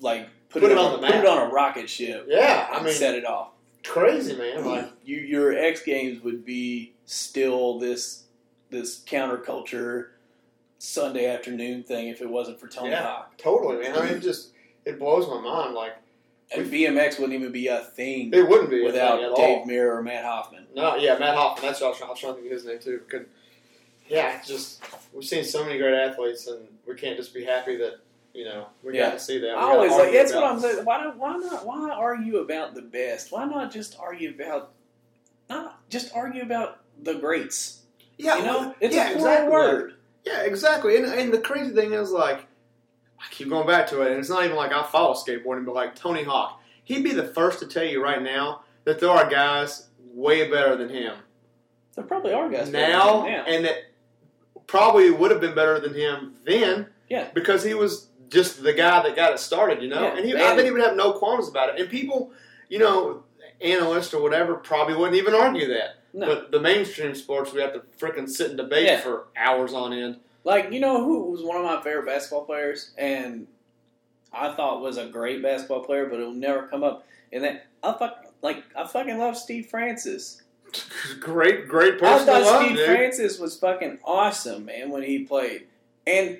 Speaker 2: like put,
Speaker 1: Put
Speaker 2: it,
Speaker 1: it
Speaker 2: on,
Speaker 1: on the
Speaker 2: put
Speaker 1: map.
Speaker 2: it on a rocket ship
Speaker 1: yeah, I
Speaker 2: and
Speaker 1: mean
Speaker 2: set it off.
Speaker 1: crazy man. Like
Speaker 2: you your X Games would be still this this counterculture Sunday afternoon thing if it wasn't for Tony
Speaker 1: Yeah.
Speaker 2: Hawk.
Speaker 1: totally man. I mean it just it blows my mind. Like
Speaker 2: And BMX wouldn't even be a thing
Speaker 1: it wouldn't be a thing
Speaker 2: without
Speaker 1: at all.
Speaker 2: Dave Mirror or Matt Hoffman.
Speaker 1: No, yeah, Matt Hoffman. That's what I was trying, I was trying to think of his name too. Could, yeah, it's just we've seen so many great athletes, and we can't just be happy that you know we
Speaker 2: Yeah.
Speaker 1: got to see that.
Speaker 2: I
Speaker 1: We gotta
Speaker 2: always like
Speaker 1: argue
Speaker 2: that's what
Speaker 1: about
Speaker 2: I'm
Speaker 1: it.
Speaker 2: saying. Why do, why not why argue about the best? Why not just argue about not just argue about the greats?
Speaker 1: Yeah,
Speaker 2: you know, it's
Speaker 1: yeah,
Speaker 2: a four
Speaker 1: exactly.
Speaker 2: word.
Speaker 1: Yeah, exactly. And, and the crazy thing is, like, I keep going back to it, and it's not even like I follow skateboarding, but like Tony Hawk, he'd be the first to tell you right now that there are guys way better than him
Speaker 2: There probably are guys better
Speaker 1: now,
Speaker 2: than him
Speaker 1: and that probably would have been better than him then.
Speaker 2: Yeah.
Speaker 1: because he was just the guy that got it started, you know.
Speaker 2: Yeah,
Speaker 1: and he, I
Speaker 2: man.
Speaker 1: bet he would have no qualms about it. And people, you know, analysts or whatever, probably wouldn't even argue that.
Speaker 2: no.
Speaker 1: But the mainstream sports, we have to freaking sit and debate
Speaker 2: Yeah.
Speaker 1: for hours on end.
Speaker 2: Like, you know who was one of my favorite basketball players and I thought was a great basketball player, but it'll never come up. And that I fuck like I fucking love Steve Francis.
Speaker 1: Great, great
Speaker 2: I
Speaker 1: person to
Speaker 2: thought
Speaker 1: love,
Speaker 2: Steve
Speaker 1: dude.
Speaker 2: Francis was fucking awesome, man, when he played. And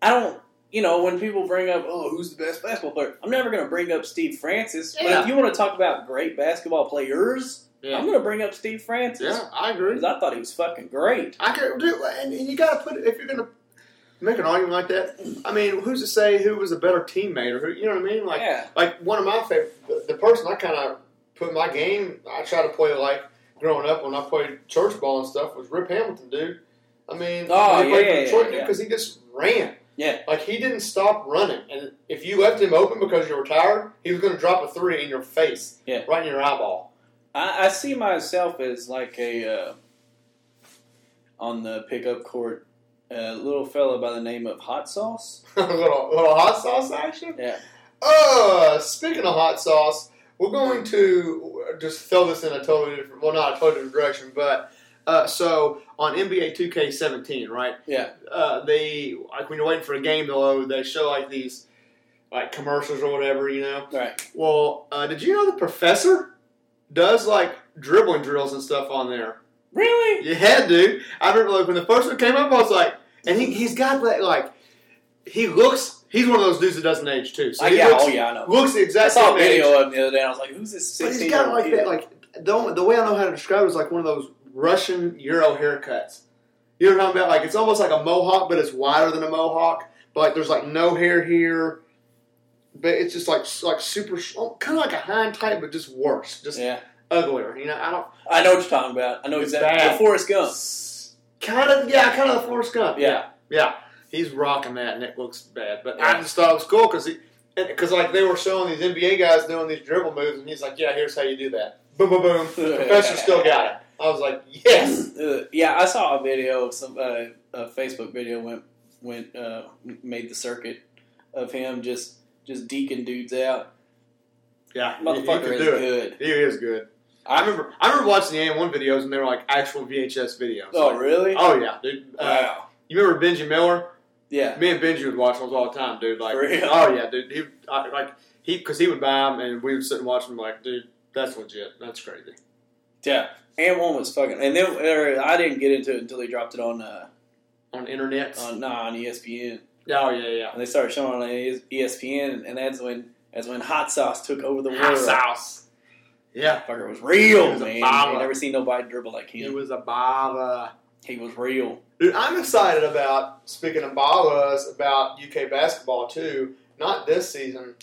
Speaker 2: I don't you know, when people bring up, oh, who's the best basketball player? I'm never gonna bring up Steve Francis. But
Speaker 1: Yeah.
Speaker 2: if you want to talk about great basketball players,
Speaker 1: yeah.
Speaker 2: I'm gonna bring up Steve Francis.
Speaker 1: yeah, I agree.
Speaker 2: Because I thought he was fucking great.
Speaker 1: I could do, and, and you got to put it if you're going to make an argument like that. I mean, who's to say who was a better teammate or who? You know what I mean? Like,
Speaker 2: yeah.
Speaker 1: like one of my favorite, the, the person I kind of put my game. I try to play like growing up when I played church ball and stuff was Rip Hamilton, dude. I mean,
Speaker 2: Oh,
Speaker 1: he played
Speaker 2: yeah,
Speaker 1: for
Speaker 2: yeah,
Speaker 1: Detroit
Speaker 2: yeah.
Speaker 1: because he just ran.
Speaker 2: Yeah.
Speaker 1: like he didn't stop running. And if you left him open because you were tired, he was going to drop a three in your face,
Speaker 2: Yeah.
Speaker 1: right in your eyeball.
Speaker 2: I, I see myself as like a uh, on the pickup court, a little fella by the name of Hot Sauce.
Speaker 1: a little, little hot sauce action.
Speaker 2: Yeah,
Speaker 1: Uh, speaking of hot sauce, we're going
Speaker 2: Mm.
Speaker 1: to just throw this in a totally different, well, not a totally different direction, but uh, so on NBA 2K17, right?
Speaker 2: Yeah.
Speaker 1: Uh, they like when you're waiting for a game to load, they show like these like commercials or whatever, you know.
Speaker 2: right.
Speaker 1: Well, uh, did you know the professor does like dribbling drills and stuff on there?
Speaker 2: Really?
Speaker 1: Yeah, dude. I remember like when the first one came up, I was like, and he he's got that like he looks. He's one of those dudes that doesn't age too. So
Speaker 2: Like,
Speaker 1: he
Speaker 2: yeah.
Speaker 1: looks
Speaker 2: oh yeah, I know.
Speaker 1: looks the
Speaker 2: I
Speaker 1: exact
Speaker 2: saw
Speaker 1: same
Speaker 2: a
Speaker 1: age.
Speaker 2: video of him the other day. and I was like, "Who's this
Speaker 1: But he's
Speaker 2: sixteen year
Speaker 1: got
Speaker 2: old
Speaker 1: like
Speaker 2: kid?"
Speaker 1: that, like the only, the way I know how to describe it is like one of those Russian Euro haircuts. You know what I'm talking about? Like it's almost like a mohawk, but it's wider than a mohawk. But like there's like no hair here. But it's just like like super, kind of like a hind type, but just worse, just
Speaker 2: yeah,
Speaker 1: uglier. You know, I don't.
Speaker 2: I know what you're talking about. I know
Speaker 1: It's
Speaker 2: exactly.
Speaker 1: bad.
Speaker 2: The Forrest Gump.
Speaker 1: Kind of, yeah, kind of the Forrest Gump.
Speaker 2: Yeah.
Speaker 1: yeah. He's rocking that, and it looks bad. But I
Speaker 2: Yeah.
Speaker 1: just thought it was cool because he, because like they were showing these NBA guys doing these dribble moves, and he's like, "Yeah, here's how you do that." Boom, boom, boom. Professor still got it. I was like, "Yes."
Speaker 2: Uh, yeah, I saw a video of some uh, a Facebook video went went uh, made the circuit of him just just deacon dudes out.
Speaker 1: Yeah,
Speaker 2: Motherfucker is
Speaker 1: he, he can do it.
Speaker 2: good.
Speaker 1: He is good.
Speaker 2: I
Speaker 1: I
Speaker 2: remember.
Speaker 1: remember, I remember watching the AM1 videos, and they were like actual VHS videos.
Speaker 2: Oh
Speaker 1: Like,
Speaker 2: really?
Speaker 1: oh yeah, dude. Uh,
Speaker 2: wow.
Speaker 1: you remember Benji Miller?
Speaker 2: Yeah.
Speaker 1: Me and Benji would watch those all the time, dude. Like,
Speaker 2: For real?
Speaker 1: oh yeah, dude. He I, like he because he would buy them, and we would sit and watch them. Like, dude, that's legit. That's crazy.
Speaker 2: Yeah. And one was fucking. And then er, I didn't get into it until they dropped it on uh
Speaker 1: On internet.
Speaker 2: on nah on ESPN.
Speaker 1: Oh yeah, yeah.
Speaker 2: and they started showing it on E ESPN, and that's when that's when hot sauce took over the world.
Speaker 1: Hot sauce. Yeah.
Speaker 2: Fucker was real,
Speaker 1: He was a
Speaker 2: man.
Speaker 1: bomber.
Speaker 2: You never seen nobody dribble like
Speaker 1: He
Speaker 2: him.
Speaker 1: was a baba.
Speaker 2: He was real.
Speaker 1: Dude, I'm excited about speaking of babas about UK basketball too. Not this season,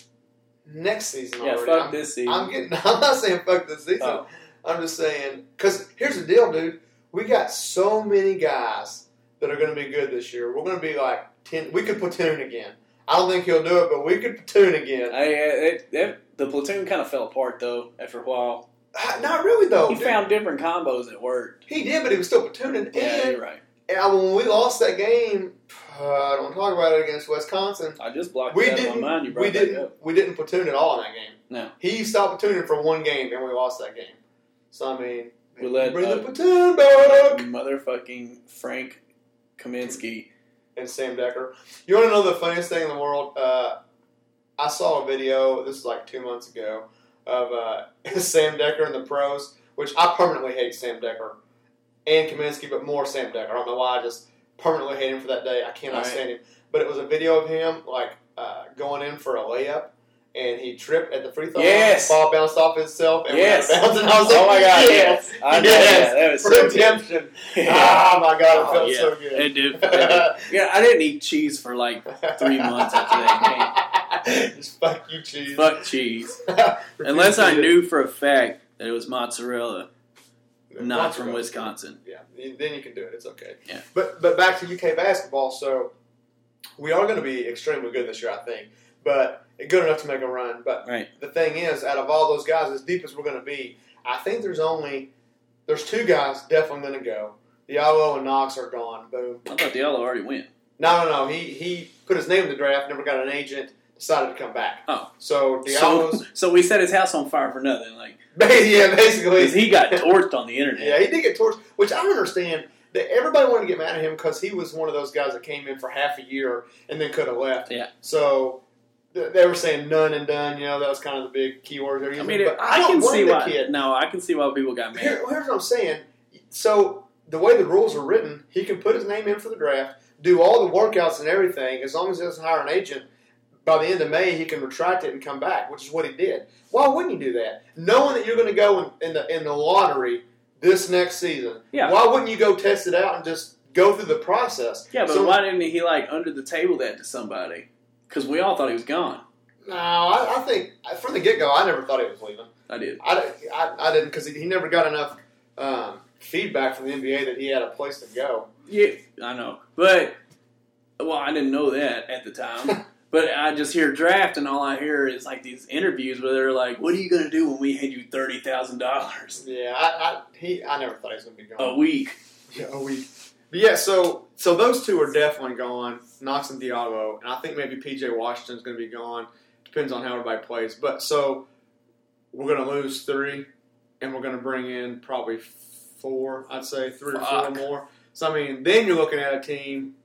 Speaker 1: next season
Speaker 2: yeah,
Speaker 1: already.
Speaker 2: fuck
Speaker 1: I'm,
Speaker 2: this season.
Speaker 1: I'm getting. I'm not saying fuck this season.
Speaker 2: Oh.
Speaker 1: I'm just saying because here's the deal, dude. We got so many guys that are going to be good this year. We're going to be like ten. We could platoon again. I don't think he'll do it, but we could platoon again.
Speaker 2: I, it, it, the platoon kind of fell apart though after a while.
Speaker 1: Ah, Not really though.
Speaker 2: he
Speaker 1: dude.
Speaker 2: found different combos that worked.
Speaker 1: he did, but he was still platooning.
Speaker 2: Yeah,
Speaker 1: And
Speaker 2: you're right.
Speaker 1: And I- when we lost that game, uh, I don't talk about it against Wisconsin.
Speaker 2: I just blocked
Speaker 1: We
Speaker 2: that out of
Speaker 1: didn't.
Speaker 2: my mind. You brought
Speaker 1: we
Speaker 2: that
Speaker 1: didn't.
Speaker 2: up.
Speaker 1: We didn't platoon at all in that game.
Speaker 2: No.
Speaker 1: He stopped platooning for one game, and we lost that game. So I mean,
Speaker 2: We let,
Speaker 1: bring
Speaker 2: uh,
Speaker 1: the platoon back
Speaker 2: Motherfucking Frank Kaminsky.
Speaker 1: and Sam Decker. You want to know the funniest thing in the world? Uh, I saw a video. This is like two months ago of uh, Sam Decker and the pros, which I permanently hate Sam Decker and Kaminsky, but more Sam Decker. I don't know why. I just permanently hate him for that day. I cannot
Speaker 2: Right.
Speaker 1: stand him. But it was a video of him like uh, going in for a layup. And he tripped at the free throw
Speaker 2: Yes.
Speaker 1: line. Ball bounced off itself and
Speaker 2: Yes.
Speaker 1: went out of bounds. And I was like,
Speaker 2: Oh my god! Yes, I know
Speaker 1: Yes.
Speaker 2: that. That was so good.
Speaker 1: Redemption.
Speaker 2: Yeah.
Speaker 1: Ah, my God. It
Speaker 2: Oh,
Speaker 1: felt
Speaker 2: yeah.
Speaker 1: so good.
Speaker 2: It did- it did. uh, Yeah, I didn't eat cheese for like three months after that
Speaker 1: game. Just fuck you, cheese.
Speaker 2: fuck cheese. Unless I
Speaker 1: Refuse
Speaker 2: knew for a fact that it was mozzarella,
Speaker 1: it.
Speaker 2: not from
Speaker 1: Mozzarella.
Speaker 2: Wisconsin.
Speaker 1: Yeah, you- then you can do it. It's okay.
Speaker 2: Yeah.
Speaker 1: But but back to UK basketball. So we are going to be extremely good this year, I think. But good enough to make a run. But
Speaker 2: Right.
Speaker 1: the thing is, out of all those guys, as deep as we're going to be, I think there's only there's two guys definitely going to go. Diallo and Knox are gone. Boom.
Speaker 2: I thought Diallo already went.
Speaker 1: No, no, no. He he put his name in the draft. Never got an agent. Decided to come back.
Speaker 2: Oh.
Speaker 1: So Diallo's.
Speaker 2: So, so we set his house on fire for nothing, like
Speaker 1: yeah, basically.
Speaker 2: 'cause he got torched on the internet.
Speaker 1: Yeah, he did get torched, which I understand. That everybody wanted to get mad at him because he was one of those guys that came in for half a year and then could have left.
Speaker 2: Yeah.
Speaker 1: So th- they were saying none and done. You know, that was kind of the big keyword there.
Speaker 2: I mean,
Speaker 1: but
Speaker 2: I,
Speaker 1: don't
Speaker 2: can
Speaker 1: blame
Speaker 2: see
Speaker 1: the
Speaker 2: why.
Speaker 1: Kid.
Speaker 2: No, I can see why people got mad.
Speaker 1: Here, here's what I'm saying. So the way the rules are written, he can put his name in for the draft, do all the workouts and everything, as long as he doesn't hire an agent. By the end of May, he can retract it and come back, which is what he did. Why wouldn't you do that, knowing that you're going to go in, in the in the lottery this next season?
Speaker 2: Yeah.
Speaker 1: Why wouldn't you go test it out and just go through the process?
Speaker 2: Yeah, but
Speaker 1: So-
Speaker 2: why didn't he like under the table that to somebody? Because we all thought he was gone.
Speaker 1: No, I, I think from the get go, I never thought he was leaving.
Speaker 2: I did.
Speaker 1: I, I, I didn't because he, he never got enough um, feedback from the NBA that he had a place to go.
Speaker 2: Yeah, I know. But well, I didn't know that at the time. but I just hear draft, and all I hear is like these interviews where they're like, "What are you going to do when we hand you thirty thousand dollars
Speaker 1: Yeah, I, I he I never thought he was gonna be gone.
Speaker 2: a week?"
Speaker 1: yeah, a week. But yeah, so so those two are definitely gone, Knox and Diallo, and I think maybe PJ Washington's gonna be gone. Depends on how everybody plays. But so we're gonna lose three, and we're gonna bring in probably four. I'd say three or
Speaker 2: Fuck.
Speaker 1: four more. So I mean, then you're looking at a team.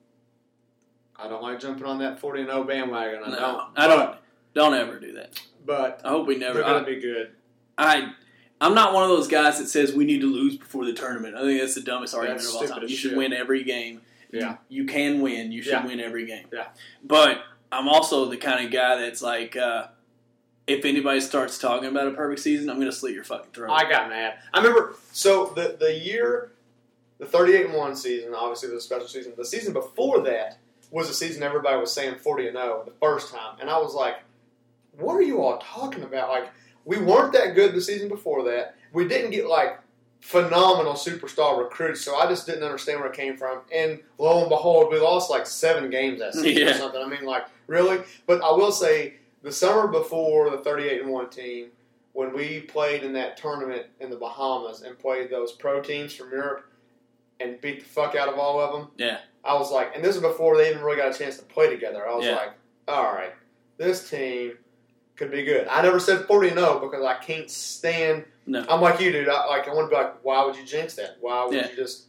Speaker 1: I don't like jumping on that forty and zero bandwagon. I don't.
Speaker 2: No, I don't. Don't ever do that.
Speaker 1: But
Speaker 2: I hope we
Speaker 1: they're
Speaker 2: never.
Speaker 1: gonna
Speaker 2: I,
Speaker 1: be good.
Speaker 2: I I'm not one of those guys that says we need to lose before the tournament. I think that's the dumbest argument
Speaker 1: That's
Speaker 2: of all
Speaker 1: stupid
Speaker 2: time.
Speaker 1: as
Speaker 2: You should
Speaker 1: shit.
Speaker 2: win every game.
Speaker 1: Yeah.
Speaker 2: You can win. You should
Speaker 1: Yeah.
Speaker 2: win every game.
Speaker 1: Yeah.
Speaker 2: But I'm also the kind of guy that's like, uh, if anybody starts talking about a perfect season, I'm going to slit your fucking throat.
Speaker 1: I got mad. I remember. So the the year, the thirty eight one season, obviously was a special season. The season before that was a season everybody was saying forty and zero the first time, and I was like, "What are you all talking about? Like, we weren't that good the season before that. We didn't get like." Phenomenal superstar recruits, so I just didn't understand where it came from. And lo and behold, we lost like seven games that season or
Speaker 2: Yeah.
Speaker 1: something. I mean, like really. But I will say, the summer before the thirty-eight and one team, when we played in that tournament in the Bahamas and played those pro teams from Europe and beat the fuck out of all of them.
Speaker 2: Yeah.
Speaker 1: I was like, and this is before they even really got a chance to play together. I was
Speaker 2: Yeah.
Speaker 1: like, all right, this team could be good. I never said 40 and 0 because I can't stand.
Speaker 2: No.
Speaker 1: I'm like you, dude. I, like, I want to be like, why would you jinx that? Why would
Speaker 2: Yeah.
Speaker 1: you just.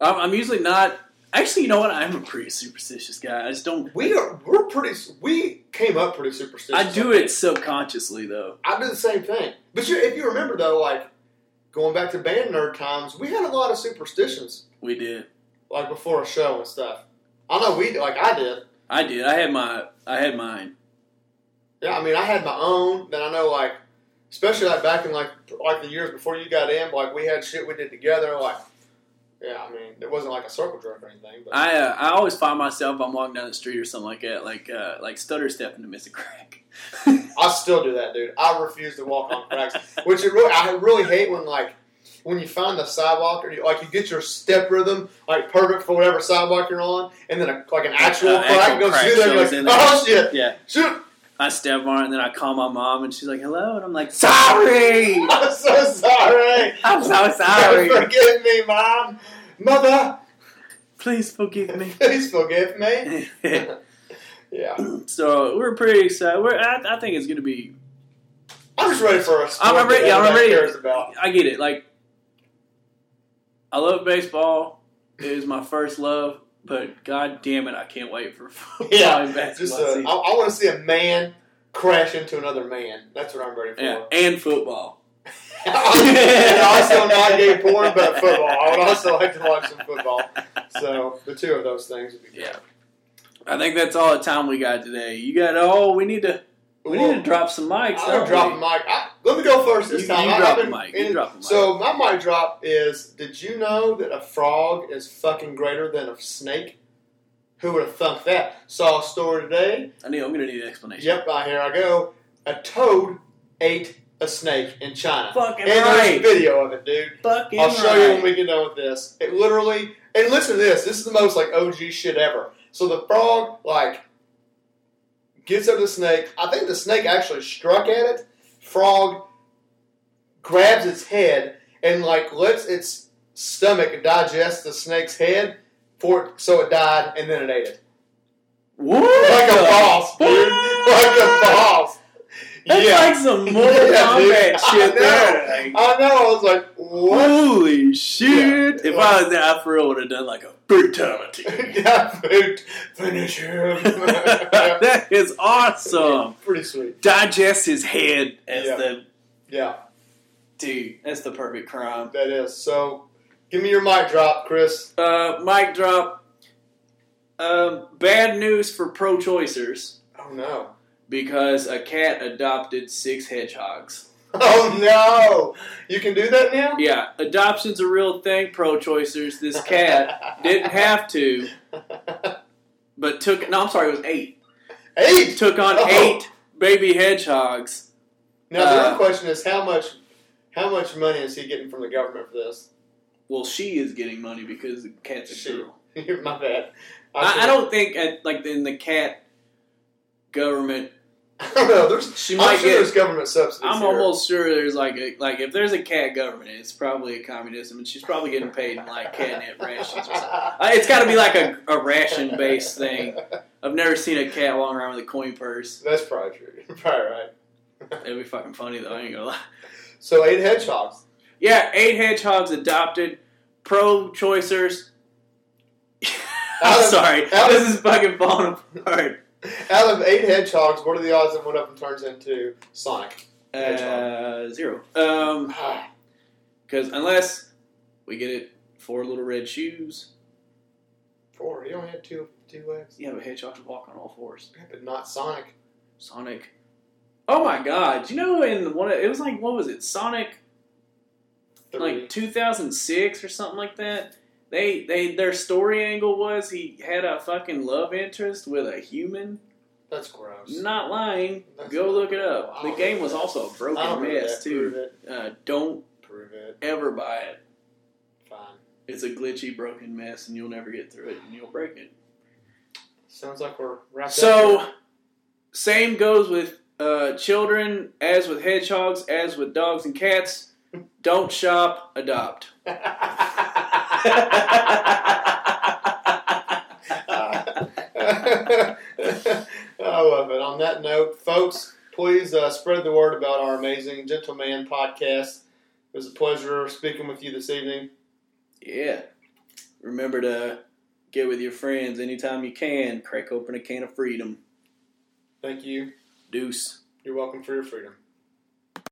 Speaker 2: I'm, I'm usually not. Actually, you know what? I'm a pretty superstitious guy. I just don't.
Speaker 1: We are, we're pretty, we came up pretty superstitious.
Speaker 2: I do it subconsciously though.
Speaker 1: I do the same thing. But you, if you remember, though, like, going back to band nerd times, we had a lot of superstitions.
Speaker 2: We did.
Speaker 1: like before a show and stuff. I know we like I did.
Speaker 2: I did. I had my. I had mine.
Speaker 1: Yeah, I mean, I had my own. Then I know, like, especially like back in like like the years before you got in, like we had shit we did together. Like, yeah, I mean, it wasn't like a circle jerk or anything. But
Speaker 2: I uh, I always find myself I'm walking down the street or something like that, like uh, like stutter stepping to miss a crack.
Speaker 1: I still do that, dude. I refuse to walk on cracks, which it really, I really hate when like when you find the sidewalk or you, like you get your step rhythm like perfect for whatever sidewalk you're on, and then a, like an actual
Speaker 2: Uh,
Speaker 1: crack
Speaker 2: actual
Speaker 1: goes
Speaker 2: crack
Speaker 1: through there,
Speaker 2: goes
Speaker 1: you're
Speaker 2: in
Speaker 1: like,
Speaker 2: there.
Speaker 1: oh shit,
Speaker 2: yeah,
Speaker 1: shoot,
Speaker 2: I step on it and then I call my mom and she's like, "Hello," and I'm like, "Sorry,
Speaker 1: I'm so sorry.
Speaker 2: I'm so sorry.
Speaker 1: Forgive me, mom, mother.
Speaker 2: Please forgive me."
Speaker 1: Please forgive me. Yeah,
Speaker 2: so we're pretty excited. We're, I, I think it's gonna be.
Speaker 1: I'm just ready for a sport
Speaker 2: I'm ready-
Speaker 1: that
Speaker 2: yeah, I'm
Speaker 1: everybody
Speaker 2: ready.
Speaker 1: cares about.
Speaker 2: I get it. Like, I love baseball. It is my first love, but god damn it, I can't wait for football
Speaker 1: Yeah,
Speaker 2: and basketball
Speaker 1: Just uh, a,
Speaker 2: season.
Speaker 1: I, I want to see a man crash into another man. That's what I'm ready for.
Speaker 2: yeah, and football.
Speaker 1: and also not gay porn, but football. I would also like to watch some football. So the two of those things would be great.
Speaker 2: Yeah. I think that's all the time we got today. You got oh, we need to we
Speaker 1: Well,
Speaker 2: need to drop some
Speaker 1: I'm
Speaker 2: mics. don't
Speaker 1: gonna drop
Speaker 2: we?
Speaker 1: the mic. I, let me go first this
Speaker 2: You-
Speaker 1: time.
Speaker 2: you
Speaker 1: I-
Speaker 2: drop
Speaker 1: I've been-
Speaker 2: the mic. You drop the mic.
Speaker 1: So my mic drop is: Did you know that a frog is fucking greater than a snake? Who would have thunk that? Saw a story today
Speaker 2: I need. I'm gonna need an explanation.
Speaker 1: Yep, uh, here I go. A toad ate a snake in China.
Speaker 2: Fucking
Speaker 1: and
Speaker 2: right.
Speaker 1: there's a video of it, dude.
Speaker 2: Fucking
Speaker 1: I'll show you
Speaker 2: right.
Speaker 1: when we get done with this. It literally, and listen to this. This is the most like OG shit ever. So the frog like gets up to the snake. I think the snake actually struck at it. Frog grabs its head and like lets its stomach digest the snake's head for it, so it died and then it ate it.
Speaker 2: What
Speaker 1: Like a
Speaker 2: the
Speaker 1: boss, dude. Like a boss.
Speaker 2: That's
Speaker 1: yeah.
Speaker 2: like some Mortal
Speaker 1: Yeah, dude.
Speaker 2: Kombat shit
Speaker 1: I
Speaker 2: there.
Speaker 1: know. I know. I was like, what?
Speaker 2: Holy shit!
Speaker 1: Yeah.
Speaker 2: If I was there, I for real would have done like a brutality.
Speaker 1: yeah, food. Finish him.
Speaker 2: that is awesome.
Speaker 1: Pretty sweet.
Speaker 2: Digest his head as
Speaker 1: Yeah.
Speaker 2: the
Speaker 1: Yeah,
Speaker 2: dude. That's the perfect crime.
Speaker 1: that is. So, give me your mic drop, Chris.
Speaker 2: Uh, mic drop. Um, bad news for pro-choicers
Speaker 1: Oh, no.
Speaker 2: because a cat adopted six hedgehogs.
Speaker 1: Oh, no. You can do that now?
Speaker 2: Yeah, adoption's a real thing, pro choicers. This cat didn't have to, but took, no, I'm sorry, it was eight.
Speaker 1: Eight.
Speaker 2: Took on
Speaker 1: Oh.
Speaker 2: eight baby hedgehogs.
Speaker 1: Now, the
Speaker 2: Uh,
Speaker 1: real question is how much. How much money is he getting from the government for this?
Speaker 2: Well, she is getting money because the cat's a
Speaker 1: She-
Speaker 2: girl.
Speaker 1: My bad.
Speaker 2: I, I don't think, at, like, in the cat government,
Speaker 1: I don't know. There's,
Speaker 2: she
Speaker 1: I'm
Speaker 2: might
Speaker 1: sure
Speaker 2: get.
Speaker 1: there's government subsidies.
Speaker 2: I'm
Speaker 1: here.
Speaker 2: almost sure there's like a, like if there's a cat government, it's probably a communism, and she's probably getting paid in like catnip rations or something. Uh, It's got to be like a, a ration based thing. I've never seen a cat walking around with a coin purse.
Speaker 1: That's probably true. You're probably right.
Speaker 2: That'd be fucking funny though. I ain't gonna lie.
Speaker 1: So eight hedgehogs.
Speaker 2: Yeah, eight hedgehogs adopted, pro-choicers. I'm
Speaker 1: Alan-
Speaker 2: sorry,
Speaker 1: Alan-
Speaker 2: this is fucking falling apart.
Speaker 1: Out of eight hedgehogs, what are the odds that one of them turns into Sonic?
Speaker 2: Uh, zero. Um,
Speaker 1: Ah,
Speaker 2: because unless we get it four little red shoes,
Speaker 1: Four. He only had two two legs.
Speaker 2: you have a hedgehog to walk on all fours.
Speaker 1: Yeah, But not Sonic.
Speaker 2: Sonic. Oh my god! You know, in one, of, it was like what was it? Sonic
Speaker 1: Three.
Speaker 2: like 2006 or something like that. They they their story angle was he had a fucking love interest with a human.
Speaker 1: That's gross.
Speaker 2: Not lying.
Speaker 1: That's
Speaker 2: Go
Speaker 1: not
Speaker 2: look it
Speaker 1: cool.
Speaker 2: up.
Speaker 1: I
Speaker 2: The
Speaker 1: don't
Speaker 2: game
Speaker 1: know
Speaker 2: was
Speaker 1: that.
Speaker 2: also a
Speaker 1: I
Speaker 2: broken
Speaker 1: don't remember
Speaker 2: mess
Speaker 1: that.
Speaker 2: too.
Speaker 1: Prove it.
Speaker 2: Uh, don't
Speaker 1: Prove it.
Speaker 2: ever buy it.
Speaker 1: Fine.
Speaker 2: It's a glitchy, broken mess, and you'll never get through it, and you'll break it.
Speaker 1: Sounds like we're wrapped
Speaker 2: So,
Speaker 1: up.
Speaker 2: same goes with uh, children, as with hedgehogs, as with dogs and cats. Don't shop, adopt.
Speaker 1: I love it. On that note, folks, please uh, spread the word about our amazing Gentleman podcast. It was a pleasure speaking with you this evening.
Speaker 2: Yeah. Remember to get with your friends anytime you can. Crack open a can of freedom.
Speaker 1: Thank you.
Speaker 2: Deuce.
Speaker 1: You're welcome for your freedom.